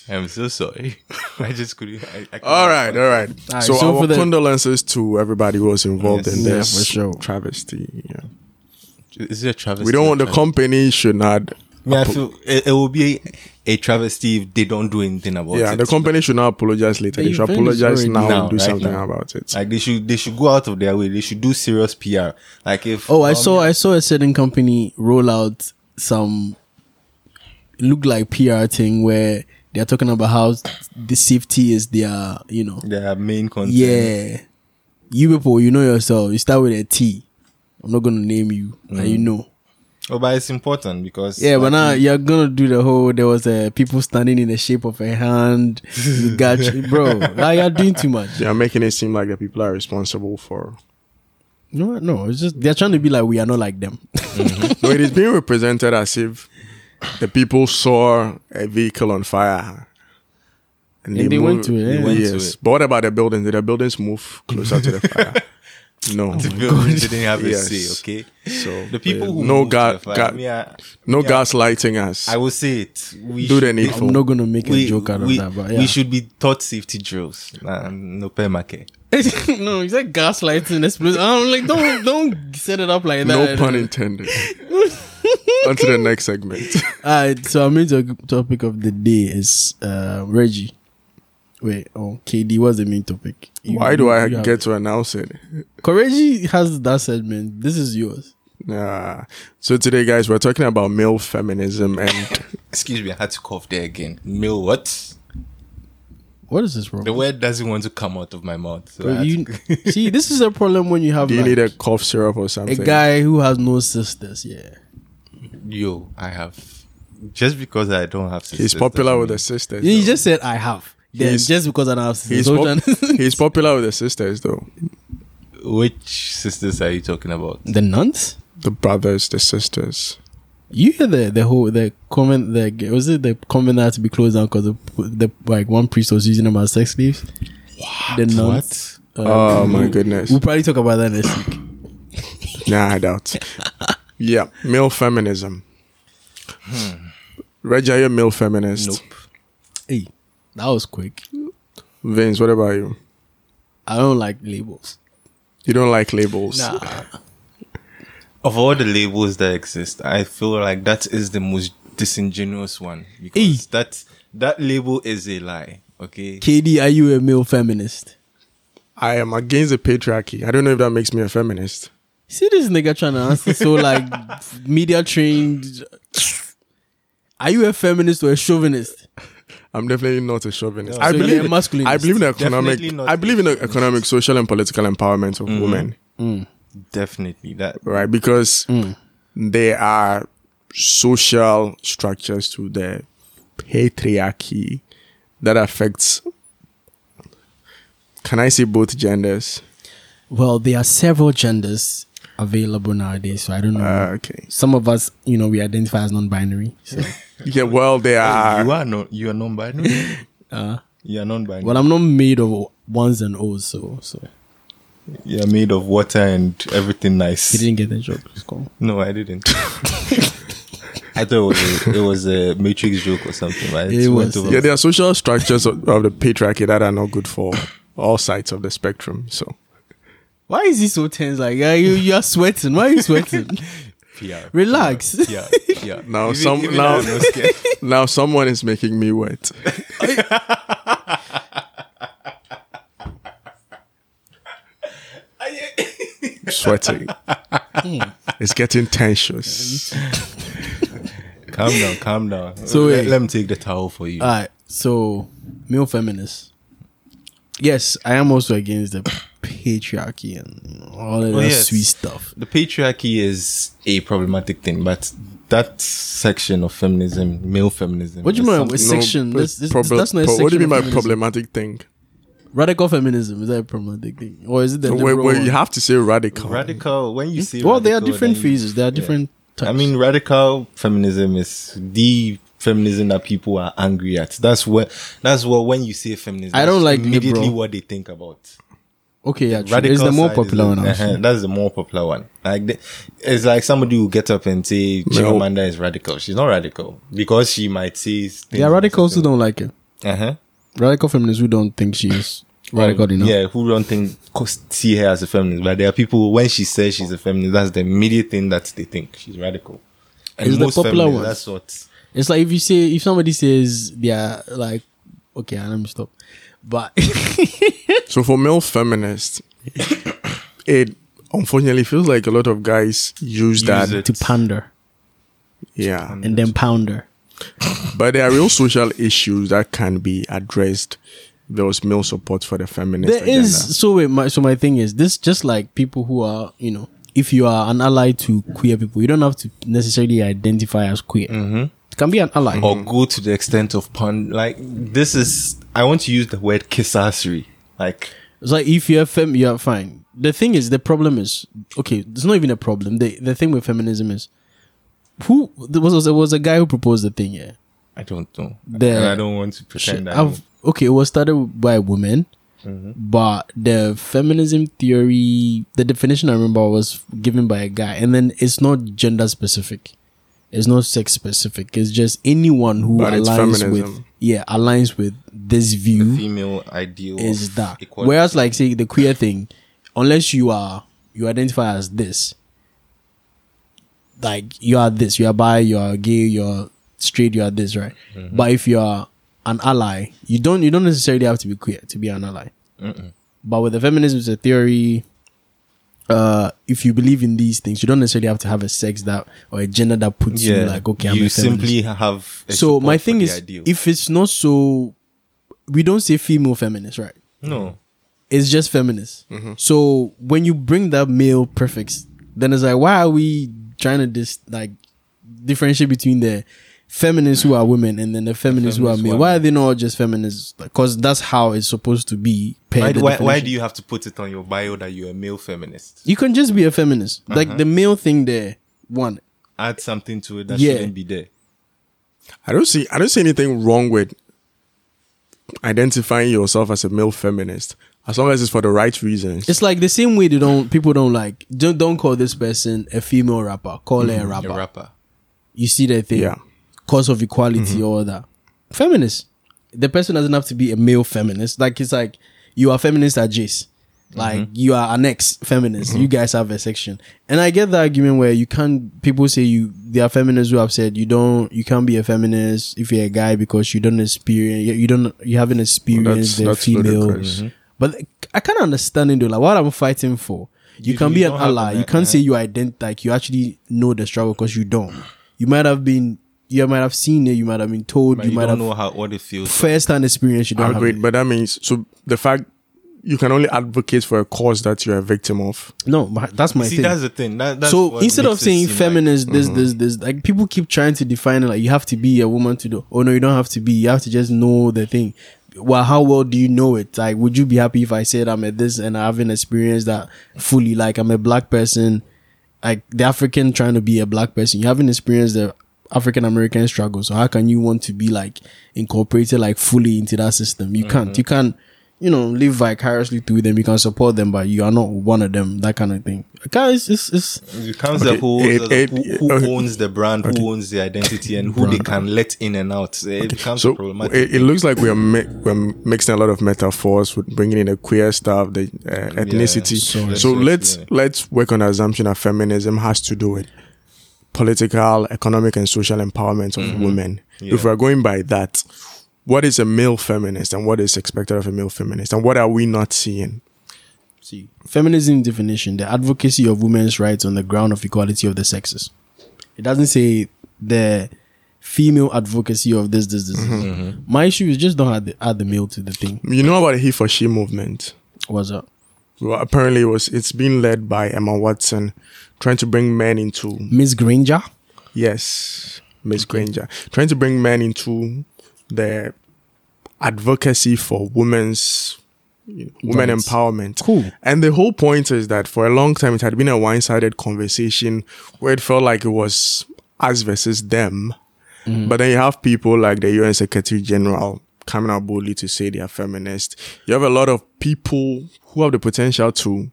Speaker 5: I'm so sorry. I just couldn't. I, I couldn't
Speaker 3: All right, all right.
Speaker 4: All
Speaker 3: so,
Speaker 4: right, so
Speaker 3: our
Speaker 4: for the-
Speaker 3: condolences to everybody who was involved
Speaker 5: Yes.
Speaker 3: in
Speaker 4: Yeah,
Speaker 3: this
Speaker 4: for sure.
Speaker 3: travesty. Yeah.
Speaker 5: Is it a travesty?
Speaker 3: We don't want the
Speaker 5: company.
Speaker 3: company should not.
Speaker 5: I feel it, it will be a, a travesty if they don't do anything about
Speaker 3: Yeah,
Speaker 5: it.
Speaker 3: the company should not apologize later.
Speaker 4: The
Speaker 3: They should
Speaker 4: event is
Speaker 3: apologize
Speaker 4: already-
Speaker 3: now
Speaker 5: Now,
Speaker 3: and do
Speaker 5: right
Speaker 3: something
Speaker 5: now.
Speaker 3: about it.
Speaker 5: Like they should, they should go out of their way. They should do serious PR. Like if um,
Speaker 4: Oh, I saw I saw a certain company roll out some look like PR thing where they're talking about how the safety is their you know
Speaker 5: their main content.
Speaker 4: yeah. You people, you know yourself. You start with a T. I'm not gonna name you. and you know.
Speaker 5: Oh, but it's important because
Speaker 4: Yeah, but
Speaker 5: like,
Speaker 4: now you're gonna do the whole. There was a people standing in the shape of a hand. You got you, [laughs] bro. Now you're doing too much.
Speaker 3: They are making it seem like the people are responsible for.
Speaker 4: No, no. It's just they're trying to be like we are not like them. [laughs]
Speaker 3: no, it is being represented as if the people saw a vehicle on fire.
Speaker 4: And they went to it, yeah.
Speaker 5: Went to
Speaker 3: yes.
Speaker 5: it.
Speaker 3: But what about the buildings? Did the buildings move closer to
Speaker 5: [laughs]
Speaker 3: the fire? No. Oh
Speaker 5: the
Speaker 3: [laughs]
Speaker 5: buildings didn't have
Speaker 3: Yes.
Speaker 5: a say. Okay,
Speaker 3: So
Speaker 5: the people
Speaker 3: yeah,
Speaker 5: who
Speaker 3: no
Speaker 5: moved to
Speaker 3: ga-
Speaker 5: the fire,
Speaker 3: ga-
Speaker 5: yeah,
Speaker 3: no
Speaker 5: yeah,
Speaker 3: gaslighting us.
Speaker 5: I will say it. We
Speaker 3: Do the
Speaker 5: should-
Speaker 3: needful.
Speaker 4: I'm not gonna make a
Speaker 5: We,
Speaker 4: joke out of
Speaker 5: we,
Speaker 4: that, but yeah.
Speaker 5: we should be taught safety drills. Nah, no pay market.
Speaker 4: [laughs] no, it's like gaslighting. Explosion. I'm like, don't don't set it up like
Speaker 3: no
Speaker 4: that.
Speaker 3: pun
Speaker 4: [laughs]
Speaker 5: [laughs]
Speaker 3: intended. On to the next segment.
Speaker 4: All right. So our main to- topic of the day is uh, Reggie. Wait, oh KD, what's the main topic? You-
Speaker 3: Why do
Speaker 4: you-
Speaker 3: I
Speaker 4: you have-
Speaker 3: get to announce it?
Speaker 4: Koreji has that segment. This is yours.
Speaker 3: Yeah. So today, guys, we're talking about male feminism
Speaker 4: [laughs]
Speaker 3: and
Speaker 5: Excuse me, I had to cough there again. Male what?
Speaker 4: What is this wrong?
Speaker 5: The word doesn't want to come out of my mouth. So I
Speaker 4: Bro,
Speaker 3: [laughs]
Speaker 5: had
Speaker 4: you-
Speaker 5: to- [laughs]
Speaker 4: see, this is a problem when you have
Speaker 3: do you
Speaker 4: like,
Speaker 3: need a cough syrup or
Speaker 4: a
Speaker 3: something?
Speaker 4: guy who has no sisters. Yeah,
Speaker 5: Yo, I have. Just because I don't have sisters.
Speaker 3: He's popular
Speaker 5: doesn't
Speaker 3: with
Speaker 5: mean-
Speaker 3: the sisters.
Speaker 4: he
Speaker 3: though.
Speaker 4: just said I have. Then
Speaker 3: He's-
Speaker 4: just because I don't have sisters,
Speaker 3: he's,
Speaker 4: so
Speaker 3: [laughs] pop-
Speaker 4: [laughs] then-
Speaker 3: he's popular with the sisters though.
Speaker 5: Which sisters are you talking about?
Speaker 4: the nuns.
Speaker 3: The brothers, the sisters.
Speaker 4: You hear the the whole the comment the was it the comment that had to be closed down because the, the like one priest was using them as sex slaves. What? The nuns.
Speaker 3: Oh
Speaker 4: Um,
Speaker 3: my goodness.
Speaker 4: We'll probably talk about that next week.
Speaker 3: Nah, I doubt. yeah, male feminism. Reg, are you a male feminist?
Speaker 4: hey, that was quick.
Speaker 3: Vince, what about you?
Speaker 4: I don't like labels.
Speaker 3: You don't like labels.
Speaker 5: Of all the labels that exist, I feel like that is the most disingenuous one because that that label is a lie. Okay,
Speaker 4: KD, are you a male feminist?
Speaker 3: I am against the patriarchy. I don't know if that makes me a feminist.
Speaker 4: See this nigga trying to answer so like [laughs] media trained. Are you a feminist or a chauvinist?
Speaker 3: I'm definitely not a chauvinist.
Speaker 4: So you're a masculinist.
Speaker 3: I believe in
Speaker 5: Definitely
Speaker 3: economic.
Speaker 5: not
Speaker 3: I believe in
Speaker 5: a
Speaker 3: the economic, social, and political empowerment of women,
Speaker 5: definitely that.
Speaker 3: right? Because there are social structures to the patriarchy that affects. Can I say both genders?
Speaker 4: Well, there are several genders available nowadays, so I don't know.
Speaker 3: Uh, okay.
Speaker 4: Some of us, you know, we identify as non-binary. [laughs] So.
Speaker 3: Yeah. Well, there
Speaker 4: Ah.
Speaker 3: are.
Speaker 5: you are not. You are
Speaker 4: [laughs]
Speaker 5: non-binary. you are non-binary.
Speaker 4: Uh-huh. well, I'm not made of ones and O's, so so
Speaker 5: you are made of water and everything nice.
Speaker 4: he didn't get the job. It's cool.
Speaker 5: No, I didn't. [laughs] I thought it was, a, it was a Matrix joke or something, right?
Speaker 4: It
Speaker 5: went
Speaker 4: was.
Speaker 5: over-
Speaker 3: Yeah, there are social structures of, of the patriarchy that are not good for all sides of the spectrum. So.
Speaker 4: Why is he so tense? Like, yeah, you you are sweating. Why are you [laughs] sweating?
Speaker 5: PR.
Speaker 4: Relax. [laughs]
Speaker 5: [laughs] Yeah, yeah.
Speaker 3: Now some- now-
Speaker 5: I'm not scared.
Speaker 3: Now someone is making me wet. Sweating. It's getting tensious.
Speaker 5: [laughs] calm down, calm down.
Speaker 4: So, eh, uh,
Speaker 5: let,
Speaker 4: wait.
Speaker 5: let me take the towel for you.
Speaker 4: All right. So, male feminists. Yes, I am also against the patriarchy and you know, all of that
Speaker 5: Oh, yes.
Speaker 4: sweet stuff.
Speaker 5: the patriarchy is a problematic thing, but that section of feminism, male feminism,
Speaker 4: What do you
Speaker 5: is
Speaker 4: mean?
Speaker 5: something-
Speaker 4: With section?
Speaker 3: but
Speaker 4: This- this-
Speaker 3: proble-
Speaker 4: that's not a
Speaker 3: pro- what do you
Speaker 4: section
Speaker 3: mean by
Speaker 4: of feminism.
Speaker 3: problematic thing?
Speaker 4: Radical feminism is that a problematic thing, or is it the
Speaker 3: Where,
Speaker 4: liberal
Speaker 3: where
Speaker 4: one?
Speaker 3: you have to say radical.
Speaker 5: radical? When you see,
Speaker 4: Hmm? Well, there are different phases. There are different.
Speaker 5: I
Speaker 4: types.
Speaker 5: mean, radical feminism is the feminism that people are angry at. That's what. That's what. When you say feminism,
Speaker 4: I don't
Speaker 5: that's
Speaker 4: like
Speaker 5: immediately
Speaker 4: liberal.
Speaker 5: what they think about.
Speaker 4: okay, yeah, true. It's the more
Speaker 5: side is
Speaker 4: popular
Speaker 5: the-
Speaker 4: one.
Speaker 5: uh-huh, [laughs]
Speaker 4: actually.
Speaker 5: that's the more popular one. Like the, it's like somebody will get up and say
Speaker 3: Well-
Speaker 5: Chimamanda is radical. She's not radical because she might say things
Speaker 4: There are radicals who
Speaker 5: like-
Speaker 4: don't like it.
Speaker 5: Uh-huh.
Speaker 4: Radical feminists who don't think she is radical enough.
Speaker 5: Oh, Yeah, who don't think co- see her as a feminist, but there are people who, when she says she's a feminist, that's the immediate thing that they think she's radical. And
Speaker 4: It's the popular
Speaker 5: feminists,
Speaker 4: one.
Speaker 5: That's what.
Speaker 4: It's like if you say if somebody says they are like okay, let me stop. But
Speaker 3: So for male feminists, it unfortunately feels like a lot of guys use,
Speaker 5: Use
Speaker 3: that.
Speaker 4: [laughs]
Speaker 5: it.
Speaker 4: to pander
Speaker 3: Yeah.
Speaker 4: and then pounder.
Speaker 3: But there are real social issues that can be addressed. There was male support for the feminist.
Speaker 4: There
Speaker 3: agenda.
Speaker 4: is so wait, my so my thing is this just like people who are you know if you are an ally to queer people you don't have to necessarily identify as queer it can be an ally
Speaker 5: Or go to the extent of pun. Like this is. I want to use the word kisassery. Like
Speaker 4: it's like if you're fem you're fine the thing is the problem is okay there's not even a problem the the thing with feminism is who there was was- there was a guy who proposed the thing yeah
Speaker 5: I don't know.
Speaker 4: The-
Speaker 5: and I don't want to pretend. I know.
Speaker 4: I've- okay, it was started by women, but the feminism theory, the definition I remember was given by a guy, and then it's not gender specific, it's not sex specific. It's just anyone who
Speaker 3: But it's
Speaker 4: aligns
Speaker 3: feminism.
Speaker 4: with yeah aligns with this
Speaker 5: the
Speaker 4: view
Speaker 5: female ideal
Speaker 4: is
Speaker 5: of
Speaker 4: that.
Speaker 5: equality.
Speaker 4: Whereas, like say the queer thing, unless you are you identify as this, like you are this, you are bi, you are gay, you are straight, you are this, right?
Speaker 5: Mm-hmm.
Speaker 4: But if you are an ally, you don't you don't necessarily have to be queer to be an ally. But with the feminism theory, uh, if you believe in these things, you don't necessarily have to have a sex that or a gender that puts you like, okay, I'm
Speaker 5: you
Speaker 4: a feminist.
Speaker 5: simply have. a
Speaker 4: so my
Speaker 5: support for
Speaker 4: thing
Speaker 5: the
Speaker 4: is,
Speaker 5: ideal.
Speaker 4: if it's not so, we don't say female feminist, right?
Speaker 5: no,
Speaker 4: It's just feminist.
Speaker 5: Mm-hmm.
Speaker 4: So when you bring that male prefix, then it's like, why are we trying to dis like differentiate between the feminists who are women and then the feminists, who are
Speaker 5: feminists
Speaker 4: men?
Speaker 5: who are
Speaker 4: Why are they not all just feminists? Because that's how it's supposed to be. per
Speaker 5: why,
Speaker 4: the
Speaker 5: why, why
Speaker 4: definition.
Speaker 5: do you have to put it on your bio that you're a male feminist?
Speaker 4: You can just be a feminist.
Speaker 5: Uh-huh.
Speaker 4: Like the male thing there, one.
Speaker 5: Add something to it that
Speaker 4: Yeah.
Speaker 5: shouldn't be there.
Speaker 3: I don't see I don't see anything wrong with identifying yourself as a male feminist as long as it's for the right reasons.
Speaker 4: It's like the same way they don't people don't like don't don't call this person a female rapper. Call her a rapper.
Speaker 5: Mm-hmm. A rapper.
Speaker 4: You see that thing.
Speaker 3: Yeah.
Speaker 4: Cause of equality
Speaker 5: Mm-hmm.
Speaker 4: all that. Feminist. The person doesn't have to be a male feminist. Like it's like you are feminist at Jace. Like
Speaker 5: Mm-hmm.
Speaker 4: you are an ex feminist. You guys have a section. And I get the argument where you can't people say you there are feminists who have said you don't you can't be a feminist if you're a guy because you don't experience you, you don't you haven't experienced the
Speaker 3: that's
Speaker 4: female.
Speaker 5: Mm-hmm.
Speaker 3: ludicrous. Mhm.
Speaker 4: But I kind of understand it though. Like what I'm fighting for. You,
Speaker 5: You-
Speaker 4: can
Speaker 5: you
Speaker 4: be an
Speaker 5: don't have
Speaker 4: ally.
Speaker 5: an-
Speaker 4: You can't
Speaker 5: yeah.
Speaker 4: say you ident like you actually know the struggle because you don't. You might have been, you might have seen it. You might have been told.
Speaker 5: But
Speaker 4: you,
Speaker 5: you,
Speaker 4: might
Speaker 5: don't
Speaker 4: have
Speaker 5: know how what it feels.
Speaker 4: first hand experience. You don't
Speaker 3: Agreed,
Speaker 4: have.
Speaker 3: but that means so the fact you can only advocate for a cause that you're a victim of.
Speaker 4: it. No, but that's my
Speaker 5: See,
Speaker 4: thing.
Speaker 5: that's the thing. That, that's
Speaker 4: so
Speaker 5: what
Speaker 4: instead of
Speaker 5: makes it
Speaker 4: saying
Speaker 5: seem like- mm-hmm.
Speaker 4: feminist, this, this, this, like people keep trying to define it. Like you have to be a woman to do. Oh no, you don't have to be. You have to just know the thing. Well, how well do you know it? Like, would you be happy if I said I'm a this and I haven't experienced that fully? Like, I'm a black person, like the African trying to be a black person. You haven't experienced the African American struggle. So how can you want to be like incorporated like fully into that system? You
Speaker 5: Mm-hmm.
Speaker 4: can't. You can't. You know, live vicariously through them. You can support them, but you are not one of them. That kind of thing. Guys, it's it's
Speaker 5: It becomes
Speaker 3: Okay,
Speaker 5: the whole
Speaker 3: it-
Speaker 5: the-
Speaker 3: it-
Speaker 5: who, who
Speaker 3: okay.
Speaker 5: owns the brand, who owns the identity, and who they can let in and out. Eh, It becomes
Speaker 3: So eh,
Speaker 5: problematic.
Speaker 3: it, it looks like we are mi- we're mixing a lot of metaphors with bringing in the queer stuff, the uh, ethnicity.
Speaker 5: Sorry.
Speaker 3: So
Speaker 5: Yes,
Speaker 3: let's
Speaker 5: yes,
Speaker 3: let's work on the assumption that feminism has to do with political, economic, and social empowerment of women. If
Speaker 5: Mm-hmm. Yeah.
Speaker 3: we're going by that, what is a male feminist and what is expected of a male feminist, and what are we not seeing?
Speaker 4: See, feminism definition: the advocacy of women's rights on the ground of equality of the sexes. It doesn't say the female advocacy of this, this, this. this.
Speaker 5: Mm-hmm.
Speaker 4: My issue is just don't add the, add the male to the thing. uh,
Speaker 3: You know about the he for she movement.
Speaker 4: What's up?
Speaker 3: Well, apparently, it was it's being led by Emma Watson, trying to bring men into
Speaker 4: Miss Granger?
Speaker 3: Yes, Miss Granger. Trying to bring men into the advocacy for women's you know, women
Speaker 4: Rights.
Speaker 3: empowerment.
Speaker 4: Cool.
Speaker 3: And the whole point is that for a long time it had been a one-sided conversation where it felt like it was us versus them.
Speaker 4: Mm-hmm.
Speaker 3: But then you have people like the UN Secretary General coming out boldly to say they are feminist. You have a lot of people who have the potential to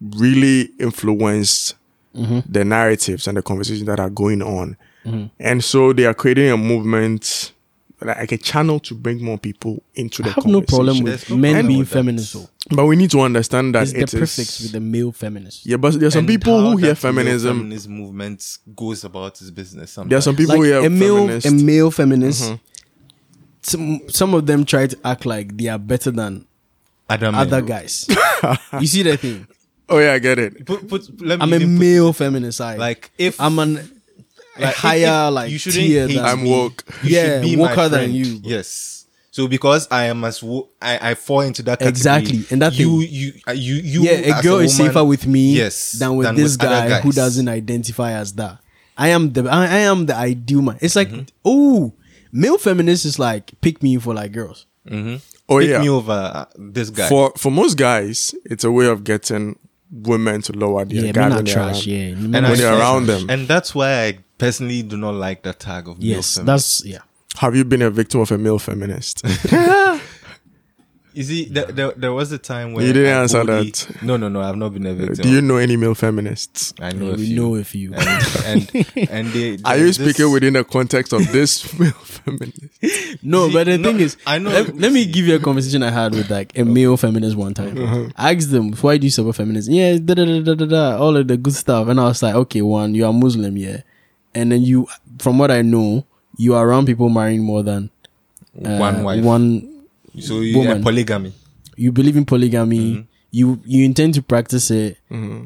Speaker 3: really influence
Speaker 4: Mm-hmm.
Speaker 3: the narratives and the conversations that are going on. And so they are creating a movement, like a channel to bring more people into
Speaker 4: I
Speaker 3: the
Speaker 4: have no problem
Speaker 3: conversation.
Speaker 4: with
Speaker 5: no
Speaker 4: men
Speaker 5: problem
Speaker 4: being
Speaker 5: with that.
Speaker 4: feminist. Though.
Speaker 3: But we need to understand that
Speaker 4: It's
Speaker 3: it's
Speaker 4: the prefix with the male feminist.
Speaker 3: yeah, but there are some
Speaker 5: And
Speaker 3: people
Speaker 5: how
Speaker 3: who hear
Speaker 5: that male
Speaker 3: feminism.
Speaker 5: feminist movement goes about his business.
Speaker 3: There are some people
Speaker 4: Like
Speaker 3: who hear
Speaker 4: a male,
Speaker 3: feminist.
Speaker 4: a male feminist.
Speaker 5: Mm-hmm.
Speaker 4: Some some of them try to act like they are better than
Speaker 5: Adam eh,
Speaker 4: other guys. [laughs] you see that
Speaker 5: [laughs]
Speaker 4: thing?
Speaker 3: oh yeah, I get it.
Speaker 5: Put, put, let me
Speaker 4: I'm a
Speaker 5: even put-
Speaker 4: male feminist. I
Speaker 5: Like if
Speaker 4: I'm an
Speaker 5: like, if-
Speaker 4: higher,
Speaker 5: if
Speaker 4: like,
Speaker 5: you shouldn't
Speaker 4: tier
Speaker 5: hate
Speaker 4: than-
Speaker 3: I'm
Speaker 5: me,
Speaker 3: woke.
Speaker 5: You
Speaker 4: Yeah,
Speaker 5: should be my
Speaker 4: woker than
Speaker 5: friend.
Speaker 4: you.
Speaker 5: Yes. So because I am as wo- I, I fall into that category.
Speaker 4: Exactly, and that
Speaker 5: you
Speaker 4: thing.
Speaker 5: you uh, you you
Speaker 4: yeah, a
Speaker 5: as
Speaker 4: girl is
Speaker 5: woman-
Speaker 4: safer with me
Speaker 5: Yes,
Speaker 4: than with
Speaker 5: than
Speaker 4: this
Speaker 5: with other
Speaker 4: guy who
Speaker 5: guys.
Speaker 4: doesn't identify as that. I am the I, I am the ideal man. It's like
Speaker 5: Mm-hmm.
Speaker 4: oh, male feminist is like pick me for like girls.
Speaker 3: Oh
Speaker 5: pick me
Speaker 3: yeah.
Speaker 5: over uh, this guy.
Speaker 3: For for most guys, it's a way of getting women to lower their
Speaker 4: Yeah,
Speaker 3: guard
Speaker 4: men are
Speaker 3: when they're around.
Speaker 4: trash. Yeah,
Speaker 5: And
Speaker 4: men
Speaker 5: I-
Speaker 4: are
Speaker 3: when you're
Speaker 4: trash.
Speaker 3: around them.
Speaker 5: and that's why I personally do not like the tag of male
Speaker 4: yes,
Speaker 5: feminist.
Speaker 4: that's yeah.
Speaker 3: Have you been a victim of a male
Speaker 4: [laughs]
Speaker 3: feminist?
Speaker 5: You see, there, there, there was a time when
Speaker 3: You didn't
Speaker 5: I
Speaker 3: answer
Speaker 5: boldly-
Speaker 3: that. Uh,
Speaker 5: No, no, no. I've not been a victim.
Speaker 3: Do you know any male feminists?
Speaker 5: I know a
Speaker 4: we
Speaker 5: few.
Speaker 4: know a few.
Speaker 5: and and,
Speaker 4: [laughs]
Speaker 5: and they,
Speaker 3: Are
Speaker 5: there
Speaker 3: you
Speaker 5: is this-
Speaker 3: speaking within the context of this [laughs] male feminist?
Speaker 4: No,
Speaker 5: See,
Speaker 4: but the
Speaker 5: no,
Speaker 4: thing is,
Speaker 5: I know-
Speaker 4: Let, let
Speaker 5: [laughs]
Speaker 4: me
Speaker 5: see.
Speaker 4: give you a conversation I had with like a male feminist one time.
Speaker 5: Uh-huh.
Speaker 4: I asked them, "Why do you support feminism?" Yeah, da da da da da da, all of the good stuff. And I was like, "Okay, one, you are Muslim, yeah, and then you, from what I know, you are around people marrying more than uh,
Speaker 5: one wife?
Speaker 4: One,
Speaker 5: so you,
Speaker 4: woman.
Speaker 5: yeah, polygamy. Mm-hmm.
Speaker 4: you believe in polygamy. you you intend to practice it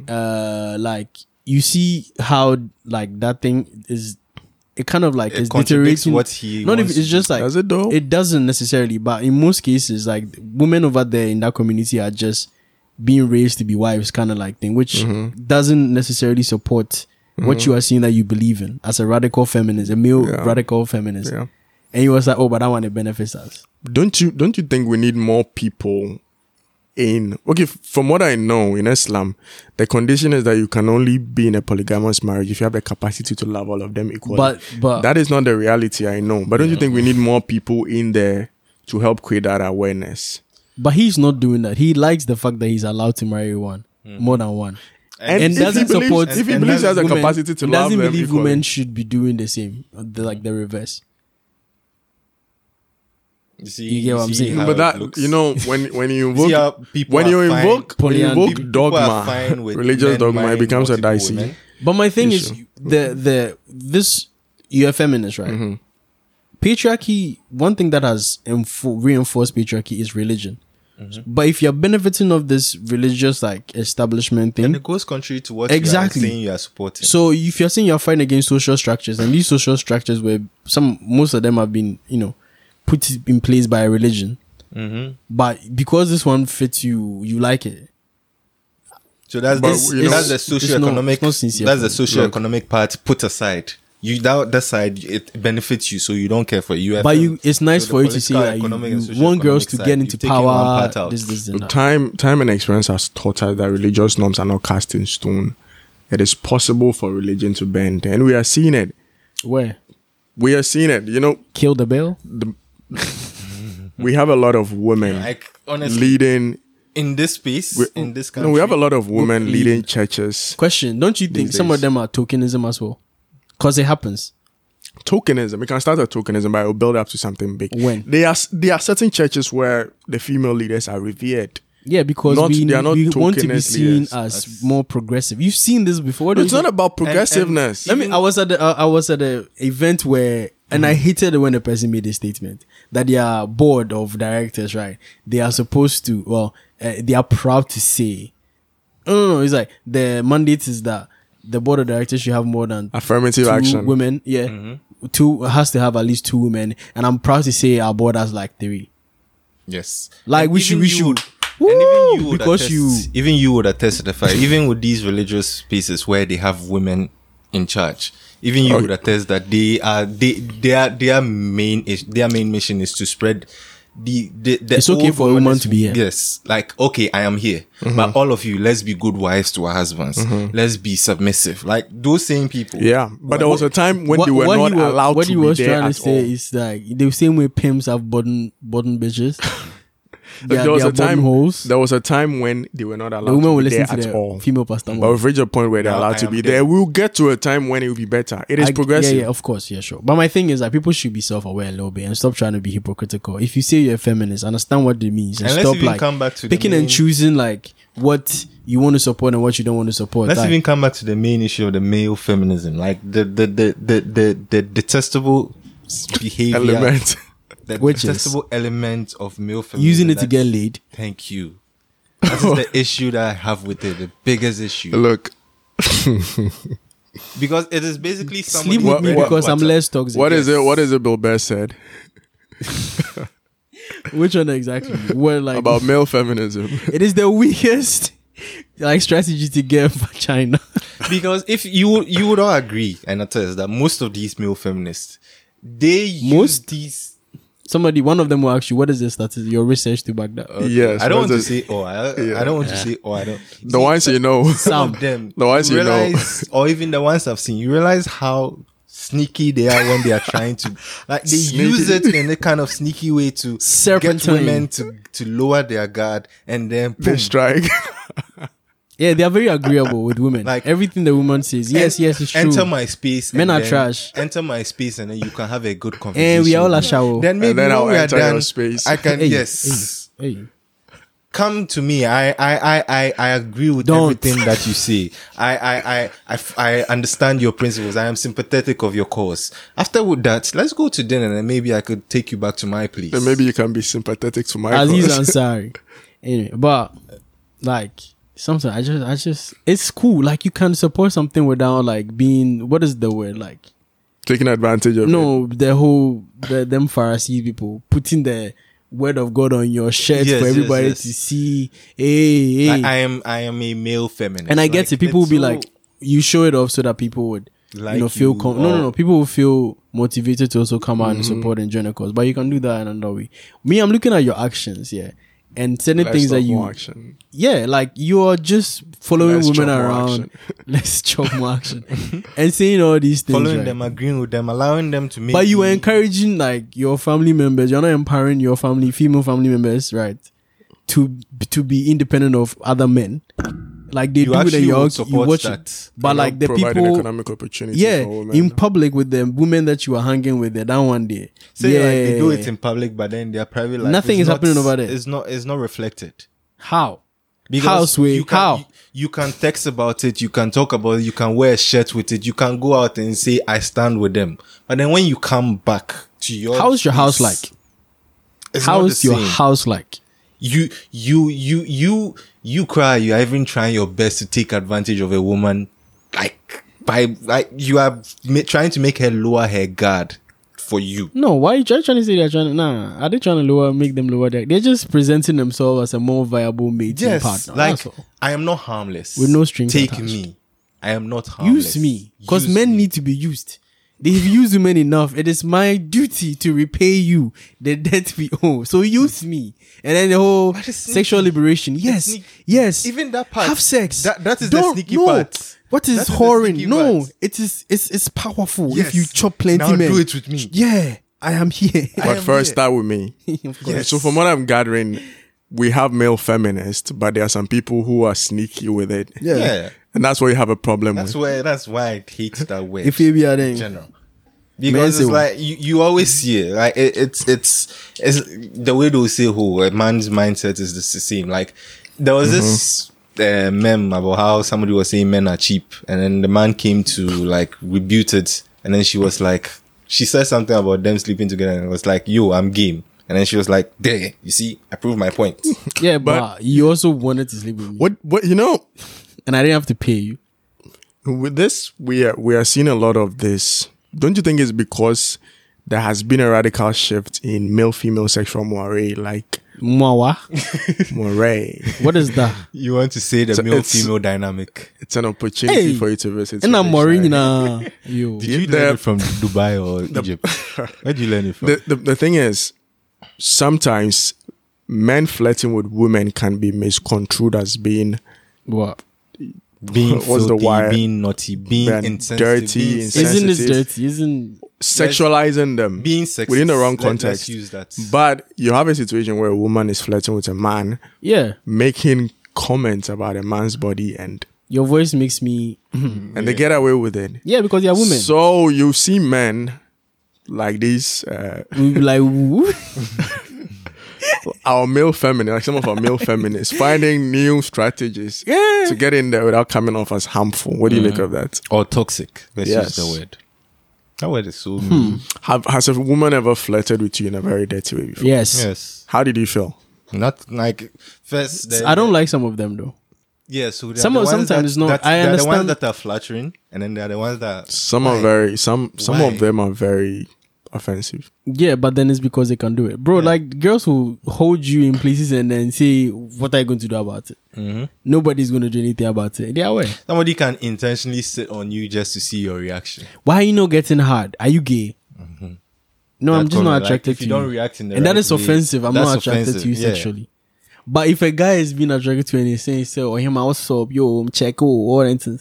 Speaker 4: uh like you see how like that thing is it kind of like
Speaker 5: It
Speaker 4: is
Speaker 5: contradicts
Speaker 4: deteriorating
Speaker 5: what he
Speaker 4: not if
Speaker 5: wants
Speaker 4: it's just like
Speaker 3: Does it though?
Speaker 4: it doesn't necessarily but in most cases like women over there in that community are just being raised to be wives kind of like thing which
Speaker 3: Mm-hmm.
Speaker 4: doesn't necessarily support what you are seeing that you believe in as a radical feminist a male
Speaker 3: Yeah.
Speaker 4: radical feminist
Speaker 3: Yeah.
Speaker 4: and he was like oh but that one it benefits us
Speaker 3: don't you don't you think we need more people in okay f- from what i know in islam the condition is that you can only be in a polygamous marriage if you have the capacity to love all of them equally
Speaker 4: but but
Speaker 3: that is not the reality i know but don't you think we need more people in there to help create that awareness
Speaker 4: But he's not doing that. He likes the fact that he's allowed to marry one, more than one,
Speaker 5: And
Speaker 4: and
Speaker 3: if he
Speaker 4: doesn't
Speaker 3: believes-
Speaker 4: support.
Speaker 3: if he
Speaker 4: and
Speaker 3: believes he has the
Speaker 4: doesn't-
Speaker 3: capacity to
Speaker 4: he
Speaker 3: love
Speaker 4: doesn't
Speaker 3: them
Speaker 4: believe
Speaker 3: equally.
Speaker 4: women should be doing the same, the, like the reverse.
Speaker 5: You, see,
Speaker 4: You get what I'm
Speaker 5: see
Speaker 4: saying?
Speaker 5: how
Speaker 3: but
Speaker 5: it
Speaker 3: that
Speaker 5: looks.
Speaker 3: you know when when you
Speaker 5: [laughs] You see how
Speaker 3: invoke
Speaker 5: people
Speaker 3: when
Speaker 5: are
Speaker 3: you
Speaker 5: fine-
Speaker 3: invoke when you
Speaker 4: Polyamory.
Speaker 3: invoke
Speaker 5: People are
Speaker 3: dogma
Speaker 5: fine with
Speaker 3: religious
Speaker 5: men
Speaker 3: dogma it
Speaker 5: marrying
Speaker 3: becomes a
Speaker 5: multiple
Speaker 3: dicey
Speaker 5: women.
Speaker 4: But my thing is
Speaker 3: Issue.
Speaker 4: the the this you're a feminist, right? Patriarchy. One thing that has enfo- reinforced patriarchy is religion. But if you're benefiting of this religious like establishment thing,
Speaker 5: And it goes contrary to what
Speaker 4: Exactly.
Speaker 5: you are saying you are supporting.
Speaker 4: So if you're saying you're fighting against social structures, and these social structures where some most of them have been, you know, put in place by religion, but because this one fits you, you like it.
Speaker 5: So that's
Speaker 3: But,
Speaker 5: this,
Speaker 3: you know,
Speaker 5: that's the
Speaker 4: it's- it's not-
Speaker 5: socioeconomic
Speaker 4: it's not sincere
Speaker 5: that's the
Speaker 4: for
Speaker 5: socioeconomic part put aside. You that that side it benefits you, so you don't care for you.
Speaker 4: But you, it's nice
Speaker 5: So the
Speaker 4: for you to see
Speaker 5: political,
Speaker 4: that
Speaker 5: economic, and
Speaker 4: you, you want girls
Speaker 5: socioeconomic
Speaker 4: to
Speaker 5: side,
Speaker 4: get into
Speaker 5: you've taken one
Speaker 4: power.
Speaker 5: part out.
Speaker 4: This, this, and that.
Speaker 3: Time, time and experience has taught us that religious norms are not cast in stone. It is possible for religion to bend, and we are seeing it.
Speaker 4: Where
Speaker 3: We are seeing it. You know,
Speaker 4: kill the bill?
Speaker 3: we have a lot of women
Speaker 5: like honestly
Speaker 3: leading.
Speaker 5: in this space
Speaker 3: We,
Speaker 5: in this country.
Speaker 3: no, we have a lot of women
Speaker 4: Look,
Speaker 3: leading churches.
Speaker 4: Question: Don't you think
Speaker 3: These
Speaker 4: some of
Speaker 3: days.
Speaker 4: them are tokenism as well? Cause it happens.
Speaker 3: Tokenism. We can start a tokenism, but it will build up to something big.
Speaker 4: When?
Speaker 3: they are, there are certain churches where the female leaders are revered.
Speaker 4: Yeah, because
Speaker 3: Not-
Speaker 4: we,
Speaker 3: they are not
Speaker 4: we want to be
Speaker 3: tokenist
Speaker 4: seen
Speaker 3: leaders.
Speaker 4: as more progressive. You've seen this before. don't
Speaker 3: It's
Speaker 4: you?
Speaker 3: not about progressiveness.
Speaker 4: Let me. I was at the. Uh, I was at a event where, and
Speaker 3: Mm.
Speaker 4: I hated when the person made a statement that their board of directors, right? They are supposed to. Well, uh, they are proud to say, no, no, no. It's like the mandate is that the board of directors should have more than
Speaker 3: Affirmative
Speaker 4: two
Speaker 3: action.
Speaker 4: women. Yeah,
Speaker 5: Mm-hmm.
Speaker 4: two has to have at least two women, and I'm proud to say our board has like three.
Speaker 5: yes,
Speaker 4: Like we should,
Speaker 5: even
Speaker 4: we
Speaker 5: you
Speaker 4: should.
Speaker 5: would- and
Speaker 4: Woo!
Speaker 5: even you would
Speaker 4: because
Speaker 5: attest,
Speaker 4: you
Speaker 5: even you would attest to the fact even with these religious spaces where they have women in charge even
Speaker 4: Oh,
Speaker 5: you would attest that they are they their their main is their main mission is to spread the, the, the
Speaker 4: It's okay
Speaker 5: old
Speaker 4: for a woman
Speaker 5: woman's-
Speaker 4: to be here. Mm-hmm.
Speaker 5: yes like okay i am here but all of you let's be good wives to our husbands let's be submissive like those same people
Speaker 3: yeah, but there was a time when they were
Speaker 4: he
Speaker 3: not
Speaker 4: wa-
Speaker 3: allowed
Speaker 4: what
Speaker 3: to
Speaker 4: he
Speaker 3: be
Speaker 4: was
Speaker 3: there
Speaker 4: trying to
Speaker 3: at
Speaker 4: say
Speaker 3: all.
Speaker 4: is like the same way pimps have bottom
Speaker 3: [laughs]
Speaker 4: bottom bitches. they are,
Speaker 3: there was
Speaker 4: they are
Speaker 3: a time.
Speaker 4: bottom holes.
Speaker 3: There was a time when they were not
Speaker 4: the
Speaker 3: allowed
Speaker 4: woman will
Speaker 3: to be
Speaker 4: listen
Speaker 3: there
Speaker 4: to
Speaker 3: at
Speaker 4: the
Speaker 3: all.
Speaker 4: female pastor.
Speaker 3: But we've reached a point where they're
Speaker 5: Now
Speaker 3: allowed
Speaker 5: I
Speaker 3: to
Speaker 5: am
Speaker 3: be
Speaker 5: dead.
Speaker 3: there. We'll get to a time when it will be better. It is
Speaker 4: I-
Speaker 3: progressive.
Speaker 4: Yeah, yeah, of course, yeah, sure. But my thing is that people should be self-aware a little bit and stop trying to be hypocritical. If you say you're a feminist, understand what it means and
Speaker 5: And let's
Speaker 4: stop
Speaker 5: even
Speaker 4: like
Speaker 5: come back to the
Speaker 4: picking and
Speaker 5: main-
Speaker 4: choosing like what you want to support and what you don't want to support.
Speaker 5: Let's
Speaker 4: Like,
Speaker 5: even come back to the main issue of the male feminism, like the the the the the, the detestable behavior,
Speaker 3: Element.
Speaker 5: the
Speaker 4: Which is-
Speaker 5: detestable element of male feminism,
Speaker 4: using it to get
Speaker 5: that's-
Speaker 4: laid.
Speaker 5: Thank you. That
Speaker 4: [laughs]
Speaker 5: is the issue that I have with it, the biggest issue,
Speaker 3: [laughs] Look,
Speaker 5: because it is basically somebody
Speaker 4: Sleep with
Speaker 3: What-
Speaker 4: me
Speaker 3: what-
Speaker 4: because I'm less toxic.
Speaker 3: what is it? What is it? Bill Best said
Speaker 4: Which one
Speaker 5: [laughs]
Speaker 4: exactly? Where like
Speaker 3: about male feminism.
Speaker 4: [laughs] It is the weakest like strategy to get [laughs] for China.
Speaker 5: Because if you you would all agree and attest that most of these male feminists, they
Speaker 4: Most?
Speaker 5: use these.
Speaker 4: Somebody, one of them will ask you, "What is this? That is your research to back that."
Speaker 5: Uh,
Speaker 4: up?"
Speaker 3: [laughs] yes,
Speaker 5: I don't want to
Speaker 3: that's it.
Speaker 5: say
Speaker 4: [laughs]
Speaker 5: oh, I, I don't want to say oh, I don't.
Speaker 3: the ones you know.
Speaker 5: some
Speaker 4: Some [laughs]
Speaker 5: of them.
Speaker 3: The ones you know.
Speaker 5: realize, or even the ones I've seen, you realize how sneaky they are when they are trying
Speaker 4: [laughs]
Speaker 5: to like they
Speaker 3: Sneaky.
Speaker 5: use it in a kind of sneaky way to get
Speaker 4: Serpentine.
Speaker 5: women to to lower their guard and then
Speaker 3: [laughs]
Speaker 5: boom.
Speaker 3: They strike. [laughs]
Speaker 4: yeah, they are very agreeable with women.
Speaker 5: Like-
Speaker 4: Like everything the woman says, yes, yes, it's true.
Speaker 5: Enter my space.
Speaker 4: Men
Speaker 5: and
Speaker 4: are
Speaker 5: then-
Speaker 4: trash.
Speaker 5: Enter my space, and then you can have a good conversation.
Speaker 4: Eh, we all are shower.
Speaker 5: Then maybe
Speaker 3: then
Speaker 5: when
Speaker 3: I'll
Speaker 5: we are
Speaker 3: enter your
Speaker 5: done,
Speaker 3: space.
Speaker 5: I can
Speaker 4: Hey,
Speaker 5: yes.
Speaker 4: hey,
Speaker 5: come to me. I I I I, I agree with
Speaker 4: Don't.
Speaker 5: everything that you say. I I I I f- I understand your principles. I am sympathetic of your cause. After with that, let's go to dinner and maybe I could take you back to my place.
Speaker 3: [laughs]
Speaker 5: [laughs]
Speaker 3: then maybe you can be sympathetic to my
Speaker 4: Aziz
Speaker 3: cause.
Speaker 4: Ansari. Anyway, but like sometimes I just I just it's cool. Like you can support something without like being what is the word like
Speaker 3: Taking advantage of it.
Speaker 4: no the whole the, them Pharisee people putting the word of God on your shirt
Speaker 5: Yes,
Speaker 4: for
Speaker 5: yes,
Speaker 4: everybody
Speaker 5: yes.
Speaker 4: to see. Hey, hey.
Speaker 5: Like, I am I am a male feminist,
Speaker 4: and I
Speaker 5: Like,
Speaker 4: get it. People will
Speaker 5: it's
Speaker 4: be
Speaker 5: so-
Speaker 4: like, you show it off so that people would
Speaker 5: Like
Speaker 4: you know feel
Speaker 5: you
Speaker 4: com- no no
Speaker 5: or-
Speaker 4: no people will feel motivated to also come out and
Speaker 5: Mm-hmm.
Speaker 4: support and join a cause. But you can do that in another way. Me, I'm looking at your actions, yeah, and certain
Speaker 3: Let's
Speaker 4: things that
Speaker 3: talk
Speaker 4: you
Speaker 3: more action.
Speaker 4: yeah, like you are just following
Speaker 3: Let's
Speaker 4: women
Speaker 3: chop more
Speaker 4: around.
Speaker 3: action.
Speaker 4: [laughs] Let's chop more
Speaker 5: [laughs]
Speaker 4: action and saying all these things.
Speaker 5: following
Speaker 4: right?
Speaker 5: them, agreeing with them, allowing them to make.
Speaker 4: But you were
Speaker 5: me-
Speaker 4: encouraging like your family members. You're not empowering your family, female family members, right? To to be independent of other men, like they
Speaker 5: You
Speaker 4: do with
Speaker 5: actually
Speaker 4: your
Speaker 5: would
Speaker 4: you
Speaker 5: support
Speaker 4: watch
Speaker 5: that.
Speaker 4: it. But
Speaker 3: And
Speaker 4: like the
Speaker 3: providing
Speaker 4: people,
Speaker 3: economic opportunities
Speaker 4: yeah,
Speaker 3: for women.
Speaker 4: in public with the women that you are hanging with, they're down one day.
Speaker 5: Say
Speaker 4: yeah,
Speaker 5: like they do it in public, but then their private life.
Speaker 4: Nothing
Speaker 5: is
Speaker 4: is
Speaker 5: not-
Speaker 4: happening over there.
Speaker 5: It's not. It's not reflected.
Speaker 4: how? House way,
Speaker 5: you can,
Speaker 4: how?
Speaker 5: You, you can text about it. You can talk about it. You can wear a shirt with it. You can go out and say I stand with them. But then when you come back to your
Speaker 4: How's your house
Speaker 5: place,
Speaker 4: like?
Speaker 5: It's not
Speaker 4: How
Speaker 5: the
Speaker 4: is your
Speaker 5: same.
Speaker 4: house like?
Speaker 5: you you you you you cry you are even trying your best to take advantage of a woman like by like you are ma- trying to make her lower her guard for you
Speaker 4: No, why are you try- trying to say they're trying? To, nah, are they trying to lower, make them lower? Their, they're just presenting themselves as a more viable mating
Speaker 5: yes
Speaker 4: partner.
Speaker 5: like
Speaker 4: That's all.
Speaker 5: i am not harmless
Speaker 4: With no strings
Speaker 5: take
Speaker 4: attached.
Speaker 5: me i am not harmless
Speaker 4: use me because
Speaker 5: Use
Speaker 4: men
Speaker 5: me.
Speaker 4: need to be used they've used women enough it is my duty to repay you the debt we owe so use me and then the whole
Speaker 5: What is
Speaker 4: sexual
Speaker 5: sneaky?
Speaker 4: liberation yes
Speaker 5: sneak-
Speaker 4: yes
Speaker 5: even that part-
Speaker 4: have sex
Speaker 5: that- that is the sneaky part.
Speaker 4: what is
Speaker 5: That is the
Speaker 4: whoring
Speaker 5: sneaky
Speaker 4: no
Speaker 5: part.
Speaker 4: it is it's it's powerful
Speaker 5: Yes.
Speaker 4: if you chop plenty
Speaker 5: Now
Speaker 4: men
Speaker 5: do it with me.
Speaker 4: yeah i am
Speaker 5: [laughs]
Speaker 4: here
Speaker 3: But
Speaker 5: am
Speaker 3: first,
Speaker 5: here.
Speaker 3: start with me.
Speaker 4: [laughs] Of course.
Speaker 3: So from what I'm gathering, we have male feminists, but there are some people who are sneaky with it.
Speaker 4: Yeah.
Speaker 5: yeah
Speaker 3: And that's where you have a problem
Speaker 5: that's
Speaker 3: with.
Speaker 5: why that's why i hate that word
Speaker 4: if you be a thing.
Speaker 5: general. Because
Speaker 4: say
Speaker 5: it's
Speaker 4: what?
Speaker 5: like you, you always see it. Like it, it's it's it's the way they will say who a man's mindset is the same. Like there
Speaker 4: Mm-hmm.
Speaker 5: was this uh, meme about how somebody was saying men are cheap, and then the man came to like rebut it, and then she was like, she said something about them sleeping together, and it was like, yo, I'm game. And then she was like, there, you see, I proved my
Speaker 4: [laughs]
Speaker 5: point.
Speaker 4: yeah but, you also wanted to sleep with me
Speaker 3: What, what, you know,
Speaker 4: and i didn't have to pay you
Speaker 3: with this, we are, we are seeing a lot of this. Don't you think it's because there has been a radical shift in male female sexual moire, like
Speaker 5: [laughs]
Speaker 4: Mwawa. [laughs]
Speaker 3: moire?
Speaker 4: what is that
Speaker 5: You want to say the
Speaker 3: So
Speaker 5: male
Speaker 3: it's-
Speaker 5: female dynamic?
Speaker 3: it's an opportunity
Speaker 4: Hey,
Speaker 3: for you to visit.
Speaker 4: and i'm
Speaker 3: your
Speaker 4: worrying
Speaker 3: dictionary.
Speaker 4: now [laughs] you
Speaker 5: Did you
Speaker 3: The-
Speaker 5: learn it from Dubai [laughs] or Egypt? Where did you learn it from?
Speaker 3: The, the, the thing is, sometimes men flirting with women can be misconstrued as being
Speaker 4: what
Speaker 5: [laughs] being
Speaker 3: What's the
Speaker 5: filthy,
Speaker 3: wire?
Speaker 5: being naughty, being
Speaker 3: Being
Speaker 5: insensitive,
Speaker 3: dirty,
Speaker 5: being,
Speaker 3: insensitive.
Speaker 4: Isn't this
Speaker 3: sensitive.
Speaker 4: dirty? Isn't
Speaker 3: sexualizing them
Speaker 5: being sexist.
Speaker 3: within the wrong
Speaker 5: Let- let's
Speaker 3: context.
Speaker 5: use that.
Speaker 3: But you have a situation where a woman is flirting with a man,
Speaker 4: yeah?
Speaker 3: making comments about a man's body, and
Speaker 4: Your voice makes me
Speaker 3: and they get away with it.
Speaker 4: yeah because you're a woman.
Speaker 3: So you see men like these, uh,
Speaker 4: we be like
Speaker 5: [laughs]
Speaker 4: woo.
Speaker 3: our male feminists, like some of our male feminists, finding new strategies
Speaker 4: Yeah.
Speaker 3: to get in there without coming off as harmful. What do you make of that?
Speaker 5: or toxic. Let's
Speaker 3: Yes.
Speaker 5: use the word. That word is
Speaker 4: Hmm.
Speaker 5: so mean.
Speaker 3: Have, has a woman ever flirted with you in a very dirty way before?
Speaker 4: yes.
Speaker 5: yes.
Speaker 3: How did you feel?
Speaker 5: Not like first. The,
Speaker 4: I don't like some of them though.
Speaker 5: Yeah, so they are
Speaker 4: Some
Speaker 5: the
Speaker 4: of-
Speaker 5: ones
Speaker 4: sometimes
Speaker 5: that,
Speaker 4: no,
Speaker 5: that-
Speaker 4: I
Speaker 5: they are the ones
Speaker 4: understand-
Speaker 5: that are flattering, and then they are the ones that
Speaker 3: Some are very some some
Speaker 5: Why?
Speaker 3: of them are very offensive.
Speaker 4: Yeah, but then it's because they can do it, bro. Like girls who hold you in places and then say, "What are you going to do about it?"
Speaker 5: Mm-hmm.
Speaker 4: Nobody's going to do anything about it. They are aware.
Speaker 5: somebody can intentionally sit on you just to see your reaction.
Speaker 4: Why are you not getting hard? Are you gay? No, I'm
Speaker 5: That
Speaker 4: just
Speaker 5: comment,
Speaker 4: not
Speaker 5: Mm-hmm. like,
Speaker 4: attracted
Speaker 5: if
Speaker 4: to
Speaker 5: you don't react in the
Speaker 4: and that
Speaker 5: right
Speaker 4: is
Speaker 5: way,
Speaker 4: offensive. I'm
Speaker 5: that's
Speaker 4: not attracted to
Speaker 5: offensive,
Speaker 4: you
Speaker 5: yeah.
Speaker 4: sexually. But if a guy is being attracted to you and he's saying, "Say, oh him, I what's up, yo, I'm check, oh, or anything,"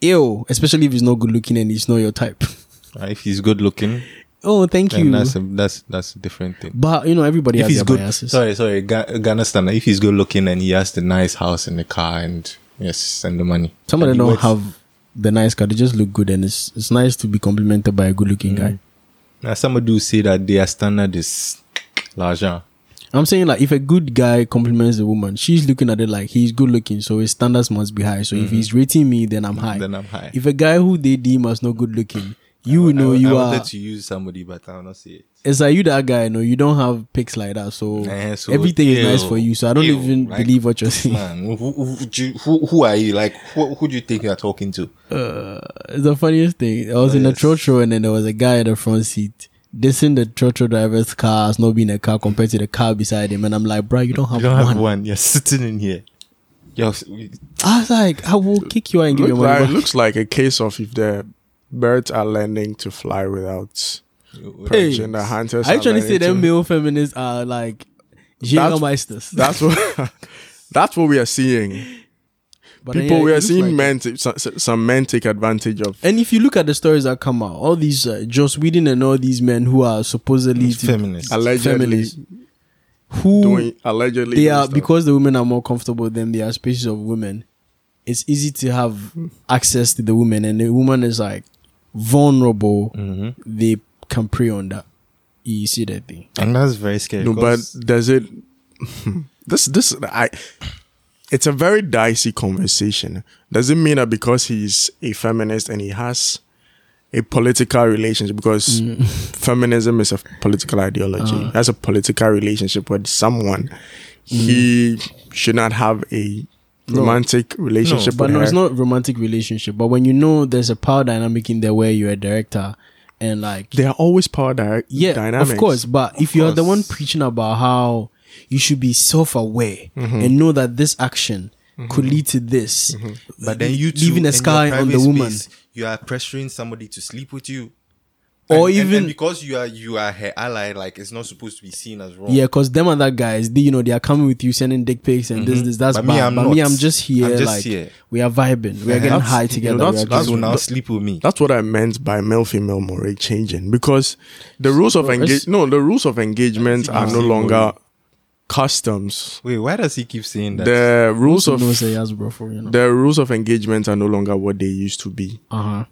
Speaker 4: ew. Especially if he's not good looking and he's not your type. [laughs]
Speaker 5: Right? If he's good looking,
Speaker 4: oh, thank
Speaker 5: then
Speaker 4: you.
Speaker 5: that's a, that's that's a different thing.
Speaker 4: but you know, everybody
Speaker 5: if
Speaker 4: has
Speaker 5: he's
Speaker 4: their
Speaker 5: good,
Speaker 4: biases.
Speaker 5: sorry, sorry, Ga- Ghana standard. If he's good looking and he has the nice house and the car and yes, and the money.
Speaker 4: Some of
Speaker 5: And
Speaker 4: them
Speaker 5: he
Speaker 4: don't
Speaker 5: works-
Speaker 4: have the nice car; they just look good, and it's it's nice to be complimented by a good
Speaker 5: Mm.
Speaker 4: looking guy.
Speaker 5: Now, some do say that their standard is l'argent.
Speaker 4: I'm saying like if a good guy compliments a woman, she's looking at it like he's good looking, so his standards must be high. So if he's rating me, then I'm high.
Speaker 5: Mm-hmm. Then I'm high.
Speaker 4: If a guy who they deem as not good looking, You will know
Speaker 5: I, I
Speaker 4: you are.
Speaker 5: wanted to use somebody, but I'll not say it.
Speaker 4: It's like you that guy. No, you don't have pics like that. So,
Speaker 5: Eh, so
Speaker 4: everything is nice
Speaker 5: ew,
Speaker 4: for you. So I don't
Speaker 5: ew,
Speaker 4: even
Speaker 5: like,
Speaker 4: believe what you're saying. [laughs]
Speaker 5: Man, who, who, who do you- who, who are you? Like, who, who do you think you are talking to?
Speaker 4: Uh, It's the funniest thing. I was in the
Speaker 5: yes.
Speaker 4: trotro and then there was a guy at the front seat dissing the trotro driver's car as not being a car compared to the car beside him. And I'm like, bro, you don't have
Speaker 5: You don't
Speaker 4: one.
Speaker 5: have one. You're sitting in here. You're,
Speaker 4: I was like, I will kick you out and give you
Speaker 3: Look
Speaker 4: your money
Speaker 3: like,
Speaker 4: back.
Speaker 3: looks like a case of if the birds are learning to fly
Speaker 4: [laughs]
Speaker 3: without
Speaker 4: [laughs] Hey,
Speaker 3: perch and the hunters
Speaker 4: Are you
Speaker 3: are
Speaker 4: trying to say
Speaker 3: learning
Speaker 4: that male feminists are like Jägermeisters?
Speaker 3: That's what. that's what we are seeing.
Speaker 4: But then,
Speaker 3: People
Speaker 4: yeah,
Speaker 3: we
Speaker 4: it
Speaker 3: are
Speaker 4: looks
Speaker 3: seeing
Speaker 4: like-
Speaker 3: men take, some, some men take advantage of.
Speaker 4: And if you look at the stories that come out, all these uh, Joss Whedon and all these men who are supposedly to-
Speaker 5: feminist.
Speaker 3: Allegedly
Speaker 4: feminists, who
Speaker 3: doing allegedly
Speaker 4: they
Speaker 3: doing
Speaker 4: are
Speaker 3: stuff.
Speaker 4: because the women are more comfortable than they are species of women it's easy to have access to the women and the woman is like vulnerable they can prey on that you see that thing
Speaker 5: And that's very scary.
Speaker 3: no, but
Speaker 5: 'cause
Speaker 3: does it? [laughs] this this I. It's a very dicey conversation. Does it mean that because he's a feminist and he has a political relationship? Because
Speaker 4: Mm. [laughs]
Speaker 3: feminism is a political ideology.
Speaker 4: Uh.
Speaker 3: That's a political relationship with someone.
Speaker 4: Mm.
Speaker 3: He should not have a romantic relationship.
Speaker 4: but
Speaker 3: with
Speaker 4: no
Speaker 3: her.
Speaker 4: it's not romantic relationship but when you know there's a power dynamic in there where you're a director and like
Speaker 3: They are always power direct.
Speaker 4: yeah
Speaker 3: dynamics.
Speaker 4: of course but if you're the
Speaker 5: course.
Speaker 4: one preaching about how you should be self-aware
Speaker 5: Mm-hmm.
Speaker 4: and know that this action could lead to this uh,
Speaker 5: but then you two
Speaker 4: leaving a
Speaker 5: in your
Speaker 4: scar on the
Speaker 5: private
Speaker 4: woman
Speaker 5: space, you are pressuring somebody to sleep with you.
Speaker 4: Or
Speaker 5: And- and-
Speaker 4: even-
Speaker 5: and because you are you are her ally, like it's not supposed to be seen as wrong.
Speaker 4: Yeah, because them other guys, they, you know, they are coming with you sending dick pics and this, this, that's
Speaker 5: Mm-hmm. But
Speaker 4: bad.
Speaker 5: me, I'm
Speaker 4: but me,
Speaker 5: not.
Speaker 4: I'm just here.
Speaker 5: I'm just
Speaker 4: like,
Speaker 5: here.
Speaker 4: we are vibing. We are getting
Speaker 3: That's-
Speaker 4: high
Speaker 3: you
Speaker 4: together.
Speaker 3: know,
Speaker 4: we
Speaker 3: that's-
Speaker 4: are
Speaker 3: that's
Speaker 5: so
Speaker 4: just-
Speaker 5: now sleep with me.
Speaker 3: That's what I meant by male female moray changing because the rules of engage no the rules of engagement are no longer customs.
Speaker 5: Wait, why does he keep saying that?
Speaker 3: The rules of
Speaker 4: no say yes, bro, for you know.
Speaker 3: the rules of engagement are no longer what they used to be.
Speaker 4: Uh huh.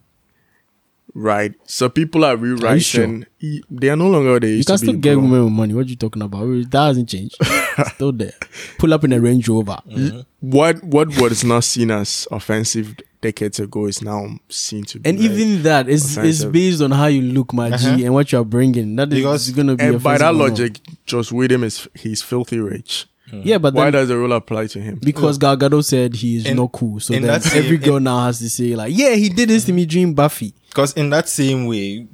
Speaker 3: Right. So people are rewriting. e- They are no longer what they
Speaker 4: You
Speaker 3: used
Speaker 4: can
Speaker 3: to be.
Speaker 4: still get
Speaker 3: bro.
Speaker 4: women with money. What are you talking about? We- That hasn't
Speaker 5: [laughs]
Speaker 4: changed. It's still there. Pull up in a Range Rover.
Speaker 5: Mm-hmm.
Speaker 3: What what was not seen as offensive decades ago is now seen to be
Speaker 4: And
Speaker 3: like-
Speaker 4: even that is is
Speaker 3: Offensive. Uh-huh.
Speaker 4: based on how you look, my G, and what you are bringing. That is
Speaker 5: Because-
Speaker 4: gonna be
Speaker 3: and eh, by
Speaker 4: offensive or
Speaker 3: that
Speaker 4: not.
Speaker 3: logic, Joss Whedon is he's filthy rich.
Speaker 4: Yeah, but
Speaker 3: Why
Speaker 4: then
Speaker 3: does the rule apply to him?
Speaker 4: because Gal Gadot said he is
Speaker 5: And-
Speaker 4: not cool, so
Speaker 5: and
Speaker 4: then
Speaker 5: that's-
Speaker 4: every
Speaker 5: and-
Speaker 4: girl now has to say like, "Yeah, he did this to me during Buffy."
Speaker 5: Because in that same way,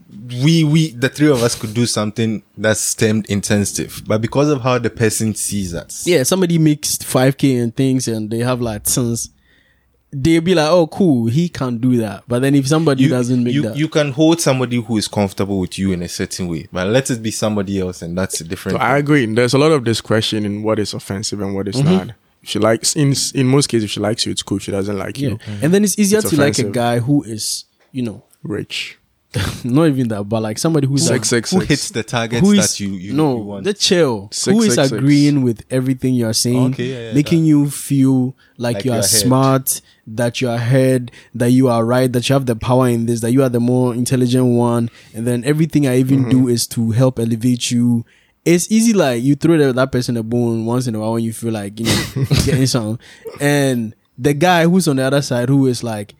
Speaker 5: we we the three of us could do something that's stemmed intensive, but because of how the person sees us,
Speaker 4: yeah, somebody makes 5k and things and they have like tons, they'll be like, oh, cool, he can do that. But then if somebody doesn't make
Speaker 5: you,
Speaker 4: that,
Speaker 5: you can hold somebody who is comfortable with you in a certain way, but let it be somebody else, and that's a different.
Speaker 3: So I agree. There's a lot of discretion in what is offensive and what is
Speaker 4: Mm-hmm.
Speaker 3: not. If she likes in in most cases, if she likes you, it's cool. If she doesn't like
Speaker 4: yeah.
Speaker 3: you,
Speaker 4: And then it's easier
Speaker 3: Mm-hmm. It's
Speaker 4: to like a
Speaker 3: offensive.
Speaker 4: guy who is, you know, [laughs]
Speaker 3: rich.
Speaker 4: not even that, but like somebody who's
Speaker 3: Sex,
Speaker 4: like,
Speaker 3: sex,
Speaker 5: who
Speaker 3: sex.
Speaker 5: hits the targets
Speaker 4: who
Speaker 5: that
Speaker 4: is
Speaker 5: you, you
Speaker 4: no,
Speaker 5: you want?
Speaker 4: the chill,
Speaker 3: Six,
Speaker 4: who is
Speaker 3: six, six.
Speaker 4: agreeing with everything you are saying,
Speaker 5: Okay, yeah, yeah,
Speaker 4: making you feel like,
Speaker 5: Like
Speaker 4: you
Speaker 5: you
Speaker 4: are
Speaker 5: are heard.
Speaker 4: smart, that you are heard, that you are right, that you have the power in this, that you are the more intelligent one, and then everything I even
Speaker 5: Mm-hmm.
Speaker 4: do is to help elevate you. It's easy, like you throw that, that person a bone once in a while when you feel like you
Speaker 5: [laughs]
Speaker 4: know, getting some, and the guy who's on the other side who is like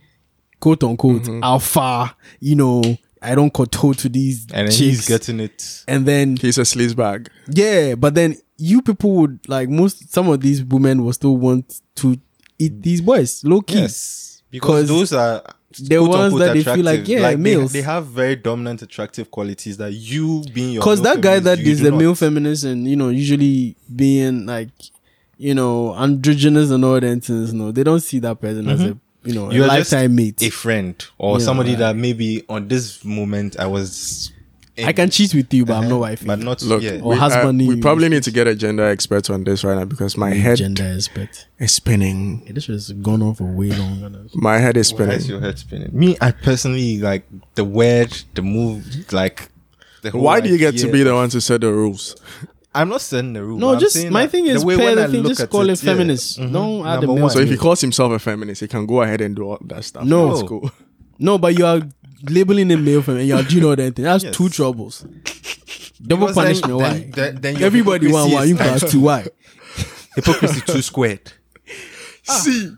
Speaker 4: quote unquote
Speaker 5: Mm-hmm.
Speaker 4: alpha, you know. I don't control to these
Speaker 5: and then
Speaker 4: chicks.
Speaker 5: he's getting it.
Speaker 4: and then
Speaker 3: He's a sleazebag.
Speaker 4: yeah, but then you people would like most some of these women will still want to eat these boys low key.
Speaker 5: Yes,
Speaker 4: 'Cause
Speaker 5: because those are
Speaker 4: the
Speaker 5: quote,
Speaker 4: ones
Speaker 5: unquote,
Speaker 4: that they feel like,
Speaker 5: attractive.
Speaker 4: yeah,
Speaker 5: they-
Speaker 4: males.
Speaker 5: They, have very dominant attractive qualities that you being your
Speaker 4: Because
Speaker 5: male
Speaker 4: that guy
Speaker 5: feminist,
Speaker 4: that
Speaker 5: you
Speaker 4: is
Speaker 5: do
Speaker 4: the
Speaker 5: not.
Speaker 4: male feminist and you know usually being like you know androgynous and all that things, no, they don't see that person as a you know
Speaker 5: You
Speaker 4: a
Speaker 5: are just
Speaker 4: lifetime mate.
Speaker 5: a friend or
Speaker 4: Yeah,
Speaker 5: somebody
Speaker 4: like-
Speaker 5: that maybe on this moment I was. in-
Speaker 4: I can cheat with you, but I'm
Speaker 5: Uh-huh.
Speaker 4: not wife.
Speaker 5: but not
Speaker 3: Look,
Speaker 5: yeah.
Speaker 4: Or husband
Speaker 3: we
Speaker 4: in-
Speaker 3: probably need to get a gender expert on this right now because my head
Speaker 4: gender aspect.
Speaker 3: is spinning.
Speaker 4: Yeah, this has gone on for way longer. than-
Speaker 3: My head is
Speaker 5: Why is
Speaker 3: spinning.
Speaker 5: your head spinning? Me, I personally like the word, the move, like. The whole
Speaker 3: Why do you get to
Speaker 5: idea
Speaker 3: be the
Speaker 5: of-
Speaker 3: one to set the rules?
Speaker 5: I'm not saying the rule.
Speaker 4: No,
Speaker 5: I'm
Speaker 4: just
Speaker 5: saying
Speaker 4: my
Speaker 5: that
Speaker 4: thing is
Speaker 5: way
Speaker 4: pair
Speaker 5: when
Speaker 4: the
Speaker 5: I
Speaker 4: thing.
Speaker 5: look
Speaker 4: Just
Speaker 5: at
Speaker 4: call it
Speaker 5: yeah.
Speaker 4: feminist.
Speaker 5: Mhm.
Speaker 4: Don't add the
Speaker 5: Number
Speaker 4: male
Speaker 5: one.
Speaker 3: So if he
Speaker 4: Yeah.
Speaker 3: calls himself a feminist, he can go ahead and do all that stuff.
Speaker 4: [laughs] No.
Speaker 3: that's cool.
Speaker 4: No, but you are labeling a male feminine. You are doing all that thing. That's
Speaker 5: Yes.
Speaker 4: two troubles. Double
Speaker 5: Because then-
Speaker 4: punishment.
Speaker 5: then-
Speaker 4: why?
Speaker 5: then- then your
Speaker 4: Everybody one
Speaker 5: [laughs]
Speaker 3: [laughs]
Speaker 4: one.
Speaker 5: hypocrisy is
Speaker 4: You class
Speaker 5: like- [laughs]
Speaker 4: two. Why? Ah.
Speaker 5: hypocrisy two squared.
Speaker 3: [laughs] See,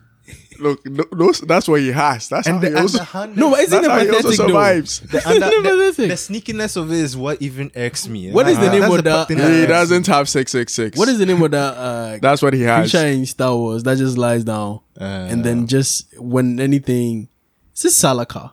Speaker 3: Look, no, those, that's what he has. That's how he also.
Speaker 4: No, but isn't
Speaker 3: That's
Speaker 4: it
Speaker 3: how he also
Speaker 4: pathetic though?
Speaker 3: survives. [laughs]
Speaker 4: [laughs]
Speaker 5: the, under,
Speaker 4: Isn't it
Speaker 5: the,
Speaker 4: pathetic?
Speaker 5: the sneakiness of it is what even irks me.
Speaker 4: What is the name
Speaker 5: that's
Speaker 4: of that-
Speaker 5: thing
Speaker 3: He
Speaker 5: irks me.
Speaker 3: doesn't have six six six.
Speaker 4: What is the name of that uh,
Speaker 3: That's what he has. Uh,
Speaker 4: creature in Star Wars that just lies down and then just when anything? Is this Salaka?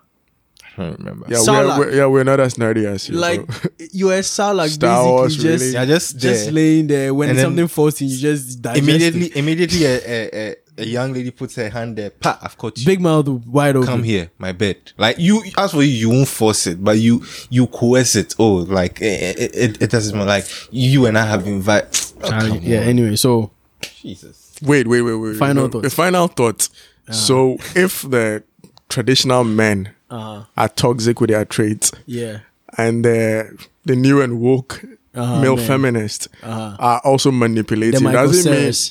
Speaker 5: I don't remember.
Speaker 3: Yeah,
Speaker 4: Salak.
Speaker 3: we're, we're, yeah, we're not as nerdy as you.
Speaker 4: Like [laughs]
Speaker 3: bro. [laughs]
Speaker 4: you are Salak,
Speaker 3: Star
Speaker 4: basically
Speaker 3: Wars,
Speaker 4: just
Speaker 3: really?
Speaker 5: Yeah, just
Speaker 4: just
Speaker 5: there.
Speaker 4: laying there when
Speaker 5: And then
Speaker 4: something falls in, you just digest
Speaker 5: immediately,
Speaker 4: it.
Speaker 5: immediately, a, a, a, a young lady puts her hand there. Pa, I've caught you.
Speaker 4: Big mouth wide open.
Speaker 5: Come here, my bed. Like you, as for you, you won't force it, but you you coerce it. Oh, like it, it, it, it doesn't matter. Like you and I have invited.
Speaker 4: Uh, yeah. Anyway, so
Speaker 5: Jesus.
Speaker 3: wait, wait, wait, wait.
Speaker 4: Final
Speaker 3: no,
Speaker 4: thought.
Speaker 3: a Final thought. So if the traditional men
Speaker 4: Uh-huh.
Speaker 3: are toxic with their traits,
Speaker 4: yeah,
Speaker 3: and the the new and woke male
Speaker 4: Uh-huh, man. Uh-huh.
Speaker 3: feminists are also manipulative,
Speaker 4: The Michael
Speaker 3: does it mean?
Speaker 4: Cera's.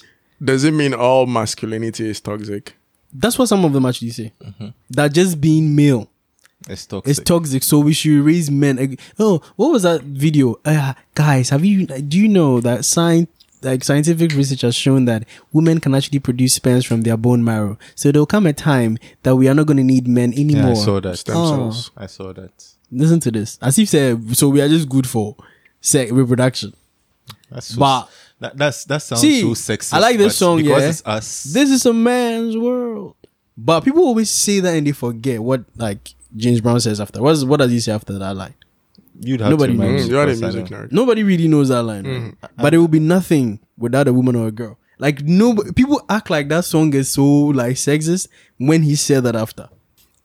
Speaker 3: Does it mean all masculinity is toxic?
Speaker 4: that's what some of them actually say.
Speaker 3: Mm-hmm.
Speaker 4: That just being male
Speaker 5: It's toxic.
Speaker 4: is toxic. So we should raise men. ag- Oh, what was that video? Uh, guys, have you do you know that science? Like scientific research has shown that women can actually produce sperms from their bone marrow. So there'll come a time that we are not going to need men
Speaker 5: yeah,
Speaker 4: anymore.
Speaker 5: I saw that.
Speaker 3: Stem
Speaker 4: Oh.
Speaker 3: cells.
Speaker 5: I saw that.
Speaker 4: Listen to this. As if say, so we are just good for sex reproduction.
Speaker 5: That's so
Speaker 4: But-
Speaker 5: that, that's that sounds
Speaker 4: See,
Speaker 5: so sexist.
Speaker 4: I like this
Speaker 5: but
Speaker 4: song,
Speaker 5: because
Speaker 4: yeah.
Speaker 5: it's us.
Speaker 4: This is a man's world. But people always say that and they forget what like James Brown says after. What's, what does he say after that line?
Speaker 5: You'd have
Speaker 4: Nobody
Speaker 5: to
Speaker 4: knows.
Speaker 5: remind
Speaker 3: Mm,
Speaker 5: me
Speaker 3: you are a
Speaker 5: because I
Speaker 3: music
Speaker 5: don't-
Speaker 3: nerd.
Speaker 4: Nobody really knows that line.
Speaker 5: Mm.
Speaker 4: right? But it will be nothing without a woman or a girl. Like no people act like that song is so like sexist when he said that after.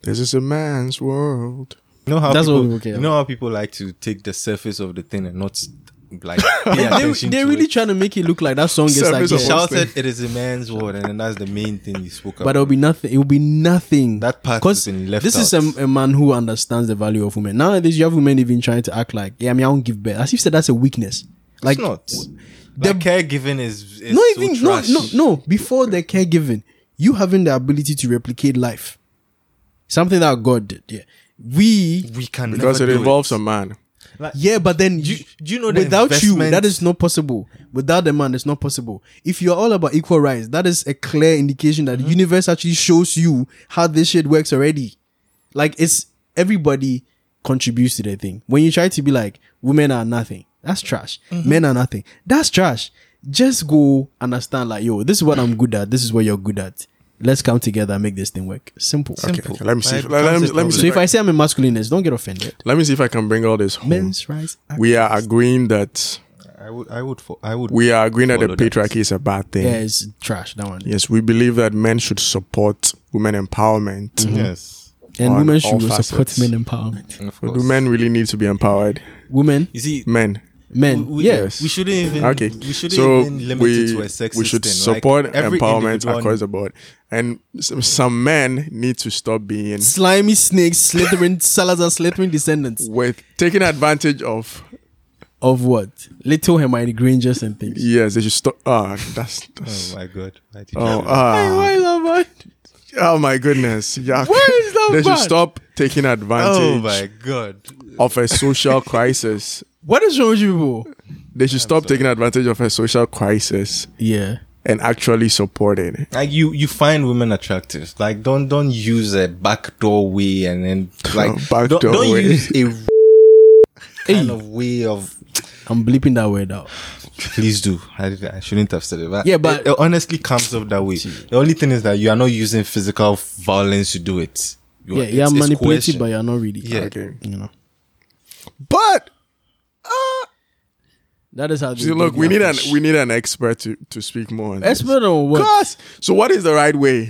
Speaker 3: This is a man's world.
Speaker 5: You know how
Speaker 4: That's what
Speaker 5: people,
Speaker 4: we care
Speaker 5: you know how people like to take the surface of the thing and not
Speaker 3: [laughs]
Speaker 5: like pay
Speaker 4: They,
Speaker 5: attention
Speaker 4: they're
Speaker 5: to
Speaker 4: really
Speaker 5: it.
Speaker 4: trying to make it look like that song is like
Speaker 3: Service
Speaker 5: He
Speaker 3: of
Speaker 4: yeah,
Speaker 3: all-
Speaker 5: shouted, "It is a man's word," and then that's the main thing he spoke about.
Speaker 4: but uh, it'll be nothing. It will be nothing.
Speaker 5: That part
Speaker 4: because
Speaker 5: has been left
Speaker 4: this
Speaker 5: out.
Speaker 4: is a, a man who understands the value of women. Nowadays, you have women even trying to act like, yeah, I mean, I won't give birth. As if said that's a weakness. Like
Speaker 5: it's not. The caregiving is, is
Speaker 4: no
Speaker 5: so
Speaker 4: even no
Speaker 5: trash.
Speaker 4: no no before the caregiving you having the ability to replicate life something that god did yeah we
Speaker 5: We can
Speaker 3: Because
Speaker 5: never
Speaker 3: it
Speaker 5: do
Speaker 3: involves a man.
Speaker 4: yeah but then
Speaker 5: Do you- do you know the
Speaker 4: without you
Speaker 5: investment-
Speaker 4: that is not possible without the man it's not possible if you're all about equal rights that is a clear indication that
Speaker 5: Mm-hmm.
Speaker 4: the universe actually shows you how this shit works already like it's everybody contributes to the thing when you try to be like women are nothing that's trash
Speaker 5: Mm-hmm.
Speaker 4: men are nothing that's trash just go understand like yo this is what i'm good at this is what you're good at let's come together and make this thing work simple,
Speaker 5: Simple.
Speaker 3: Okay, let me see.
Speaker 5: Like,
Speaker 3: Let, let me,
Speaker 5: that's the
Speaker 3: let me
Speaker 5: problem.
Speaker 4: so
Speaker 3: see.
Speaker 4: if i say i'm a masculinist don't get offended
Speaker 3: Let me see if I can bring all this home.
Speaker 4: men's rights act-
Speaker 3: we are agreeing that
Speaker 5: I would. I would. fo- I would.
Speaker 3: we are agreeing that the
Speaker 5: Follow that.
Speaker 3: patriarchy is a bad thing.
Speaker 4: yeah it's trash that one
Speaker 3: Yes, we believe that men should support women empowerment.
Speaker 5: Mm-hmm. yes.
Speaker 4: And
Speaker 3: on
Speaker 4: women
Speaker 3: all
Speaker 4: should support
Speaker 3: facets.
Speaker 4: men empowerment.
Speaker 5: Of
Speaker 3: But
Speaker 5: course.
Speaker 3: do men really need to be empowered?
Speaker 4: Women,
Speaker 5: You see,
Speaker 3: Men.
Speaker 4: men,
Speaker 5: we,
Speaker 4: yes.
Speaker 5: we shouldn't even
Speaker 3: Okay.
Speaker 5: we shouldn't
Speaker 3: so
Speaker 5: even limit
Speaker 3: we,
Speaker 5: it to a sexist
Speaker 3: we should
Speaker 5: thing. Like,
Speaker 3: support
Speaker 5: every
Speaker 3: empowerment
Speaker 5: individual-
Speaker 3: across the board. And some, some men need to stop being
Speaker 4: Slimy snakes, [laughs] Slytherin, Salazar, Slytherin descendants
Speaker 3: with taking advantage of.
Speaker 4: of what? Little Hermione Grangers and things.
Speaker 3: Yes, they should stop. Ah, that's.
Speaker 5: Oh
Speaker 3: that's
Speaker 5: my god! I did
Speaker 3: oh,
Speaker 5: that.
Speaker 3: ah.
Speaker 4: Why love it?
Speaker 3: Oh my goodness. Yuck.
Speaker 4: Where is that
Speaker 3: They should
Speaker 4: bad?
Speaker 3: stop taking advantage
Speaker 5: oh my god!
Speaker 3: of a social crisis.
Speaker 4: What is wrong with you people?
Speaker 3: They should stop taking advantage of a social crisis
Speaker 4: Yeah.
Speaker 3: and actually support it.
Speaker 5: like you you find women attractive like don't don't use a backdoor way and
Speaker 3: [laughs]
Speaker 5: then like
Speaker 3: Back
Speaker 5: don't,
Speaker 3: door
Speaker 5: don't
Speaker 3: way.
Speaker 5: use a
Speaker 3: [laughs]
Speaker 4: Hey.
Speaker 5: kind of way of
Speaker 4: I'm bleeping that word out.
Speaker 5: please do I, did- I shouldn't have said it but
Speaker 4: Yeah, but-
Speaker 5: it, it honestly comes up that way the only thing is that you are not using physical violence to do it you
Speaker 4: Yeah,
Speaker 5: are,
Speaker 4: you're
Speaker 5: it's- it's
Speaker 4: manipulated,
Speaker 5: coercion.
Speaker 4: but you're not really.
Speaker 5: yeah
Speaker 3: Okay.
Speaker 4: You know.
Speaker 3: But
Speaker 4: That is how they
Speaker 3: see, look,
Speaker 4: do
Speaker 3: we need
Speaker 4: their
Speaker 3: an
Speaker 4: fish.
Speaker 3: we need an expert to, to speak more on this.
Speaker 4: Expert on what?
Speaker 3: Because- So what is the right way?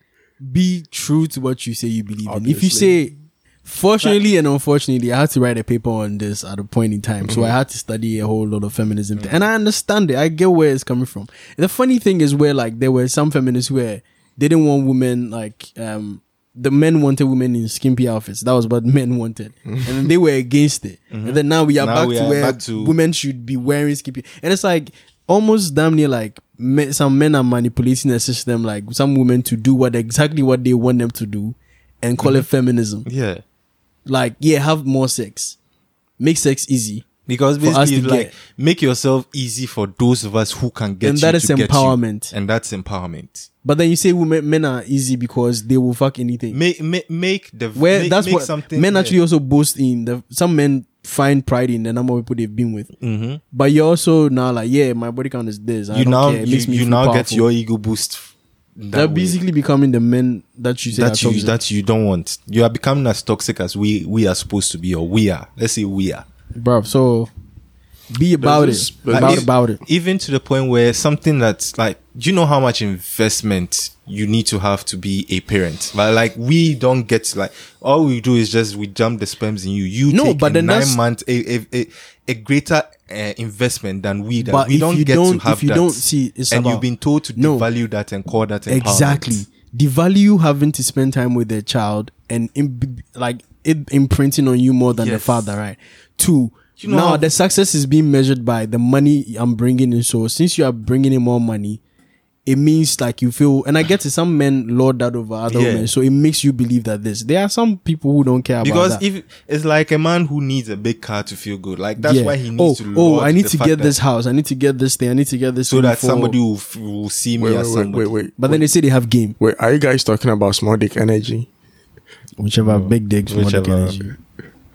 Speaker 3: [laughs]
Speaker 4: Be true to what you say you believe in. If you
Speaker 3: Obviously.
Speaker 4: say, fortunately and unfortunately, I had to write a paper on this at a point in time,
Speaker 5: Mm-hmm.
Speaker 4: so I had to study a whole lot of feminism, thing. and I understand it. I get where it's coming from. The funny thing is where like there were some feminists where they didn't want women like um the men wanted women in skimpy outfits. That was what [laughs] men wanted, and then they were against it. And then now we are
Speaker 5: Mm-hmm. Now
Speaker 4: back
Speaker 5: we
Speaker 4: to
Speaker 5: are
Speaker 4: where
Speaker 5: back to-
Speaker 4: women should be wearing skimpy, and it's like. Almost damn near like me, some men are manipulating the system, like some women to do what exactly what they want them to do, and
Speaker 5: Mm-hmm.
Speaker 4: call it feminism
Speaker 5: yeah
Speaker 4: like yeah have more sex make sex easy
Speaker 5: Because
Speaker 4: us
Speaker 5: basically,
Speaker 4: to
Speaker 5: it's like
Speaker 4: get.
Speaker 5: make yourself easy for those of us who can get
Speaker 4: And
Speaker 5: you
Speaker 4: that is
Speaker 5: to get you.
Speaker 4: empowerment.
Speaker 5: and that's empowerment.
Speaker 4: But then you say women, men are easy because they will fuck anything.
Speaker 5: Make make, make the
Speaker 4: Where
Speaker 5: make,
Speaker 4: that's
Speaker 5: make
Speaker 4: what
Speaker 5: something
Speaker 4: men
Speaker 5: yeah.
Speaker 4: actually also boast in. The, some men find pride in the number of people they've been with. But you're also now like, yeah, my body count is this. I
Speaker 5: Mm-hmm. you
Speaker 4: don't
Speaker 5: now
Speaker 4: care. It
Speaker 5: you,
Speaker 4: makes me
Speaker 5: you
Speaker 4: feel
Speaker 5: now get
Speaker 4: powerful.
Speaker 5: your ego boost. f- That
Speaker 4: They're
Speaker 5: way.
Speaker 4: basically becoming the men that you say
Speaker 5: that
Speaker 4: are
Speaker 5: you
Speaker 4: toxic.
Speaker 5: that you don't want. You are becoming as toxic as we we are supposed to be, or we are. Let's say we are.
Speaker 4: Bruv, so be about
Speaker 3: this-
Speaker 4: it.
Speaker 3: there's
Speaker 4: about
Speaker 5: this-
Speaker 4: about it.
Speaker 5: even to the point where something that's like do you know how much investment you need to have to be a parent but like we don't get like all we do is just we dump the sperms in you you
Speaker 4: No,
Speaker 5: take
Speaker 4: but
Speaker 5: a
Speaker 4: then
Speaker 5: nine
Speaker 4: that's-
Speaker 5: month a a, a, a greater uh, investment than we that
Speaker 4: But
Speaker 5: we
Speaker 4: if
Speaker 5: don't
Speaker 4: you
Speaker 5: get
Speaker 4: don't-
Speaker 5: to have
Speaker 4: if you
Speaker 5: that
Speaker 4: don't see, it's
Speaker 5: and you've
Speaker 4: about-
Speaker 5: been told to
Speaker 4: No.
Speaker 5: devalue that and call that empowerment.
Speaker 4: Exactly. The value having to spend time with their child and im- like it imprinting on you more than the
Speaker 5: Yes.
Speaker 4: father, right? Two.
Speaker 5: know
Speaker 4: now
Speaker 5: how-
Speaker 4: the success is being measured by the money I'm bringing in. So since you are bringing in more money, it means like you feel. And I get it. Some men lord that over other
Speaker 5: Yeah.
Speaker 4: women, so it makes you believe that this. There are some people who don't care
Speaker 5: because
Speaker 4: about that.
Speaker 5: if it's like a man who needs a big car to feel good like that's
Speaker 4: Yeah.
Speaker 5: why he needs
Speaker 4: oh,
Speaker 5: to
Speaker 4: oh,
Speaker 5: lord
Speaker 4: I need
Speaker 5: the
Speaker 4: to
Speaker 5: fact
Speaker 4: get
Speaker 5: that-
Speaker 4: this house. I need to get this thing. I need to get this
Speaker 5: so
Speaker 4: thing
Speaker 5: that
Speaker 4: before-
Speaker 5: somebody will, f- will see me
Speaker 3: Wait,
Speaker 5: as
Speaker 3: wait,
Speaker 5: somebody
Speaker 3: wait, wait,
Speaker 4: But then they say they have game.
Speaker 3: wait. Are you guys talking about small dick energy?
Speaker 4: Whichever big dicks, more dick
Speaker 5: Mm. Whichever.
Speaker 4: energy.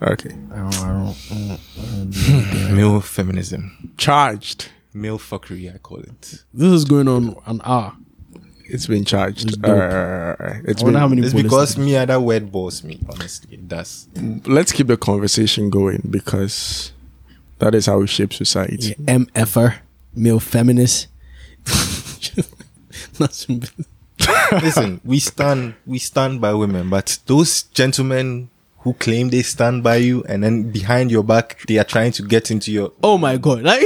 Speaker 3: Okay.
Speaker 4: I don't, I don't, I don't-
Speaker 5: male feminism
Speaker 3: Charged.
Speaker 5: male fuckery i call it
Speaker 4: This is going on an hour.
Speaker 3: It's been charged.
Speaker 4: It's dope.
Speaker 3: Uh, it's
Speaker 4: I wonder how
Speaker 3: been,
Speaker 4: many
Speaker 5: it's
Speaker 4: people
Speaker 5: because
Speaker 4: listen.
Speaker 5: me and that word bores me honestly it does
Speaker 3: let's keep the conversation going because that is how we shape
Speaker 4: Yeah,
Speaker 3: society.
Speaker 4: MFR, male feminist. [laughs] That's-
Speaker 5: listen we stand we stand by women but those gentlemen who claim they stand by you and then behind your back they are trying to get into your
Speaker 4: oh my god! Like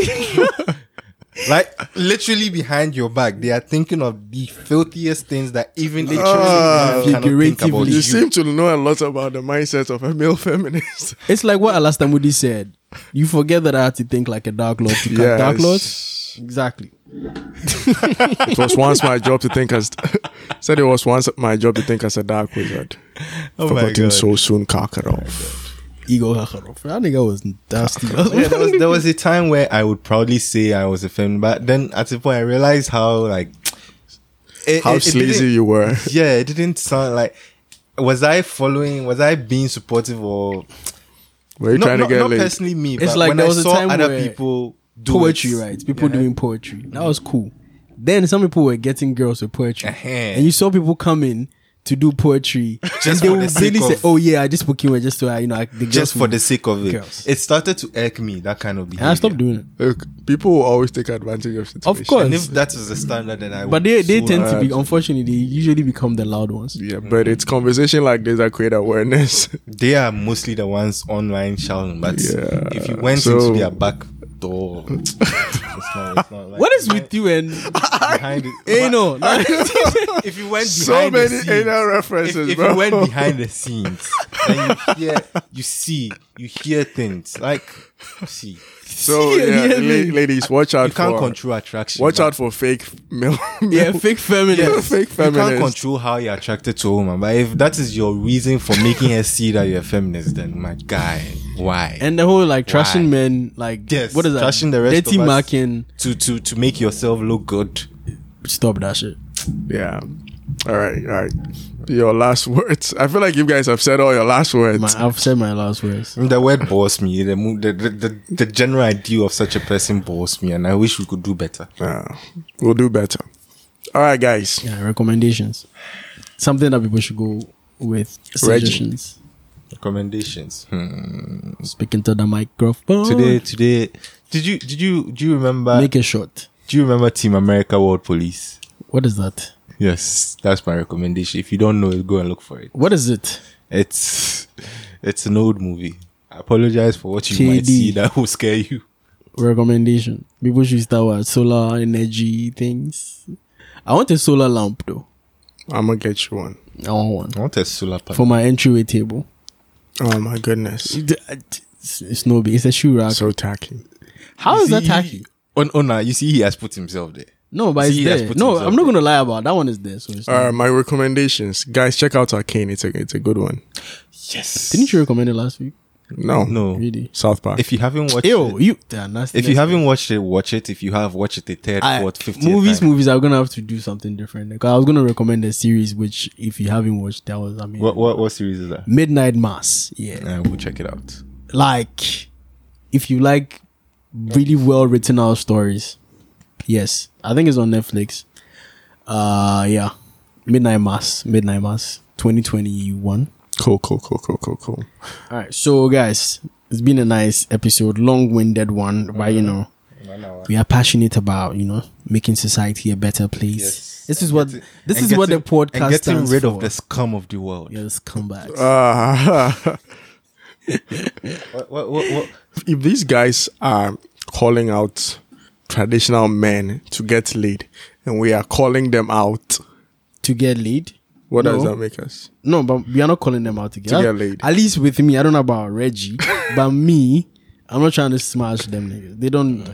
Speaker 4: [laughs]
Speaker 5: like literally behind your back they are thinking of the filthiest things that even literally
Speaker 3: Ah,
Speaker 5: you cannot think about
Speaker 4: figuratively.
Speaker 3: You
Speaker 5: you.
Speaker 3: seem to know a lot about the mindset of a male [laughs] feminist.
Speaker 4: it's like what Alastair Moody said. You forget that I had to think like a dark lord to cut dark lords.
Speaker 3: Yes.
Speaker 4: Exactly.
Speaker 3: it was once my job to think as [laughs] said it was once my job to think as a dark wizard.
Speaker 5: oh my
Speaker 3: Forgotten [laughs]
Speaker 5: god
Speaker 3: so soon, Karkaroff.
Speaker 4: Igor Kakharov. That nigga was dusty.
Speaker 5: yeah, there was there was a time where I would proudly say I was a feminist, but then at the point I realized how like it,
Speaker 3: How
Speaker 5: it- it
Speaker 3: sleazy
Speaker 5: didn't-
Speaker 3: you were. [laughs]
Speaker 5: Yeah, it didn't sound like was I following? Was I being supportive or
Speaker 3: Were you
Speaker 5: not,
Speaker 3: trying
Speaker 5: not,
Speaker 3: to get
Speaker 5: not
Speaker 3: laid?
Speaker 5: personally me?
Speaker 4: It's
Speaker 5: but
Speaker 4: like
Speaker 5: when
Speaker 4: there
Speaker 5: I
Speaker 4: was a
Speaker 5: saw
Speaker 4: time
Speaker 5: other
Speaker 4: where
Speaker 5: people do
Speaker 4: poetry,
Speaker 5: it.
Speaker 4: right? People doing poetry. That was cool. Then some people were getting girls with poetry,
Speaker 5: Uh-huh.
Speaker 4: and you saw people coming to do poetry. and
Speaker 5: Just
Speaker 4: they
Speaker 5: for
Speaker 4: would
Speaker 5: the sake
Speaker 4: really say,
Speaker 5: of-
Speaker 4: "Oh yeah, I just booked you just to uh, you know I, the girls
Speaker 5: just for
Speaker 4: would-"
Speaker 5: the sake of it.
Speaker 4: Girls.
Speaker 5: It started to irk me that kind of behavior.
Speaker 4: And I stopped doing it.
Speaker 3: Look, people will always take advantage of situations.
Speaker 4: course.
Speaker 5: And if that was the standard, then I would
Speaker 4: But they they
Speaker 5: so
Speaker 4: tend to be
Speaker 3: loud.
Speaker 4: unfortunately they usually become the loud ones.
Speaker 3: Yeah, but it's conversation like this that create awareness. [laughs]
Speaker 5: they are mostly the ones online shouting. But
Speaker 3: Yeah,
Speaker 5: if you went
Speaker 3: so-
Speaker 5: into their back door, it's not,
Speaker 4: [laughs]
Speaker 5: it's not like
Speaker 4: What is with you
Speaker 5: [laughs]
Speaker 4: and
Speaker 5: Ah,
Speaker 4: eh,
Speaker 5: behind it?
Speaker 4: anal?
Speaker 5: ah, [laughs] But If you went behind
Speaker 3: so
Speaker 5: the
Speaker 3: many
Speaker 5: scenes,
Speaker 3: anal
Speaker 5: if,
Speaker 3: references,
Speaker 5: if
Speaker 3: bro.
Speaker 5: you went behind the scenes, and you hear, you see, you hear things like you see. [laughs]
Speaker 3: so yeah,
Speaker 4: Yeah,
Speaker 3: la- ladies, watch out
Speaker 5: You can't
Speaker 3: for
Speaker 5: control attraction.
Speaker 3: watch
Speaker 5: but-
Speaker 3: out for fake [laughs] male.
Speaker 4: [laughs] yeah,
Speaker 3: male-
Speaker 4: fake feminist.
Speaker 3: Yes. fake
Speaker 5: You
Speaker 3: feminist.
Speaker 5: can't control how you're attracted to a woman, but if that is your reason for making her see that you're a feminist, then my guy, why?
Speaker 4: And the whole like trashing
Speaker 5: Why?
Speaker 4: men, like
Speaker 5: Yes,
Speaker 4: what is that?
Speaker 5: trashing the rest
Speaker 4: Dirty
Speaker 5: of us.
Speaker 4: marking.
Speaker 5: to to to make yourself look good.
Speaker 4: Stop that shit.
Speaker 3: yeah. All right, all right. Your last words. I feel like you guys have said all your last words.
Speaker 4: My, I've said my last words.
Speaker 5: The word bores me. The, mo- the, the, the, the general idea of such a person bores me, and I wish we could do better.
Speaker 3: Uh, we'll do better. All right, guys.
Speaker 4: Yeah, recommendations. Something that people should go with.
Speaker 3: Reggie.
Speaker 4: Suggestions.
Speaker 5: Recommendations. Hmm.
Speaker 4: Speaking to the microphone.
Speaker 5: Today, uh, today, did you did you do you remember?
Speaker 4: Make it short.
Speaker 5: do you remember Team America World Police?
Speaker 4: What is that?
Speaker 5: Yes, that's my recommendation. If you don't know it, go and look for it.
Speaker 4: What is it?
Speaker 5: It's it's an old movie. I apologize for what you might
Speaker 4: KD.
Speaker 5: see that will scare you.
Speaker 4: Recommendation. People should start with solar energy things. I want a solar lamp though.
Speaker 3: I'm gonna get you one.
Speaker 4: I want one.
Speaker 5: I want a solar panel.
Speaker 4: For my entryway table.
Speaker 3: Oh my goodness.
Speaker 4: It's, it's no big. It's a shoe rack.
Speaker 3: So tacky.
Speaker 4: How is
Speaker 5: You
Speaker 4: that
Speaker 5: see-
Speaker 4: tacky?
Speaker 5: On on now, you see, he has put himself there.
Speaker 4: No, but
Speaker 5: See,
Speaker 4: it's
Speaker 5: he has
Speaker 4: there.
Speaker 5: put
Speaker 4: No,
Speaker 5: himself
Speaker 4: I'm not
Speaker 5: there.
Speaker 4: gonna lie about it. that one. Is there? So it's
Speaker 3: All right, Uh, my recommendations, guys. Check out Arcane. It's a it's a good one.
Speaker 5: Yes.
Speaker 4: Didn't you recommend it last week?
Speaker 3: No.
Speaker 5: No.
Speaker 4: Really?
Speaker 3: South Park.
Speaker 5: If you haven't watched
Speaker 4: Ew,
Speaker 5: it,
Speaker 4: you. They are nasty.
Speaker 5: if you haven't watched it, watch it. If you have, watch it the third,
Speaker 4: I-
Speaker 5: fourth, fifth
Speaker 4: movies,
Speaker 5: time.
Speaker 4: movies. I'm gonna have to do something different. Like, I was gonna recommend a series, which if you haven't watched, that was I mean,
Speaker 5: What, what what series is that?
Speaker 4: Midnight Mass. Yeah,
Speaker 5: Uh, we'll check it out.
Speaker 4: like if you like really well written out stories, yes, I think it's on Netflix. Uh, yeah, Midnight Mass, Midnight Mass, 2021.
Speaker 3: cool, cool, cool, cool, cool, cool.
Speaker 4: All right, so guys, it's been a nice episode, long-winded one, but you know, we are passionate about you know making society a better place. This is what this
Speaker 5: And
Speaker 4: is what the
Speaker 5: getting-
Speaker 4: podcast
Speaker 5: and getting
Speaker 4: stands
Speaker 5: rid
Speaker 4: for.
Speaker 5: of the scum of the world.
Speaker 4: Yes, comebacks.
Speaker 3: Uh, [laughs]
Speaker 5: What, what, what, what?
Speaker 3: if these guys are calling out traditional men to get laid, and we are calling them out,
Speaker 4: to get lead.
Speaker 3: what does
Speaker 4: No.
Speaker 3: that make us?
Speaker 4: No, but we are not calling them out together.
Speaker 3: To get laid.
Speaker 4: At least with me, I don't know about Reggie, but me, I'm not trying to smash them. Niggas. They don't.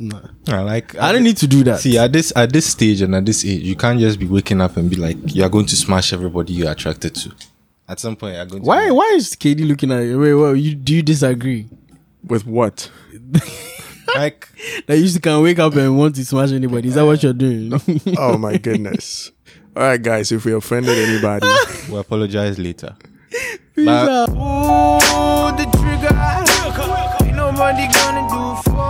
Speaker 4: Nah.
Speaker 5: I like uh,
Speaker 4: I don't need to do that.
Speaker 5: See at this at this stage and at this age, you can't just be waking up and be like you are going to smash everybody you are attracted to. At some point, you're going to
Speaker 4: why? Why is KD looking at you? Wait, wait, you do you disagree?
Speaker 3: With what?
Speaker 5: like
Speaker 4: That you can wake up and want to smash anybody. Is that what you're doing? [laughs]
Speaker 3: Oh
Speaker 5: [laughs]
Speaker 3: my goodness. All right, guys, if we offended anybody,
Speaker 5: we apologize later.
Speaker 4: Peace
Speaker 5: But-
Speaker 4: out.
Speaker 2: Ooh, the trigger. Ain't nobody gonna do for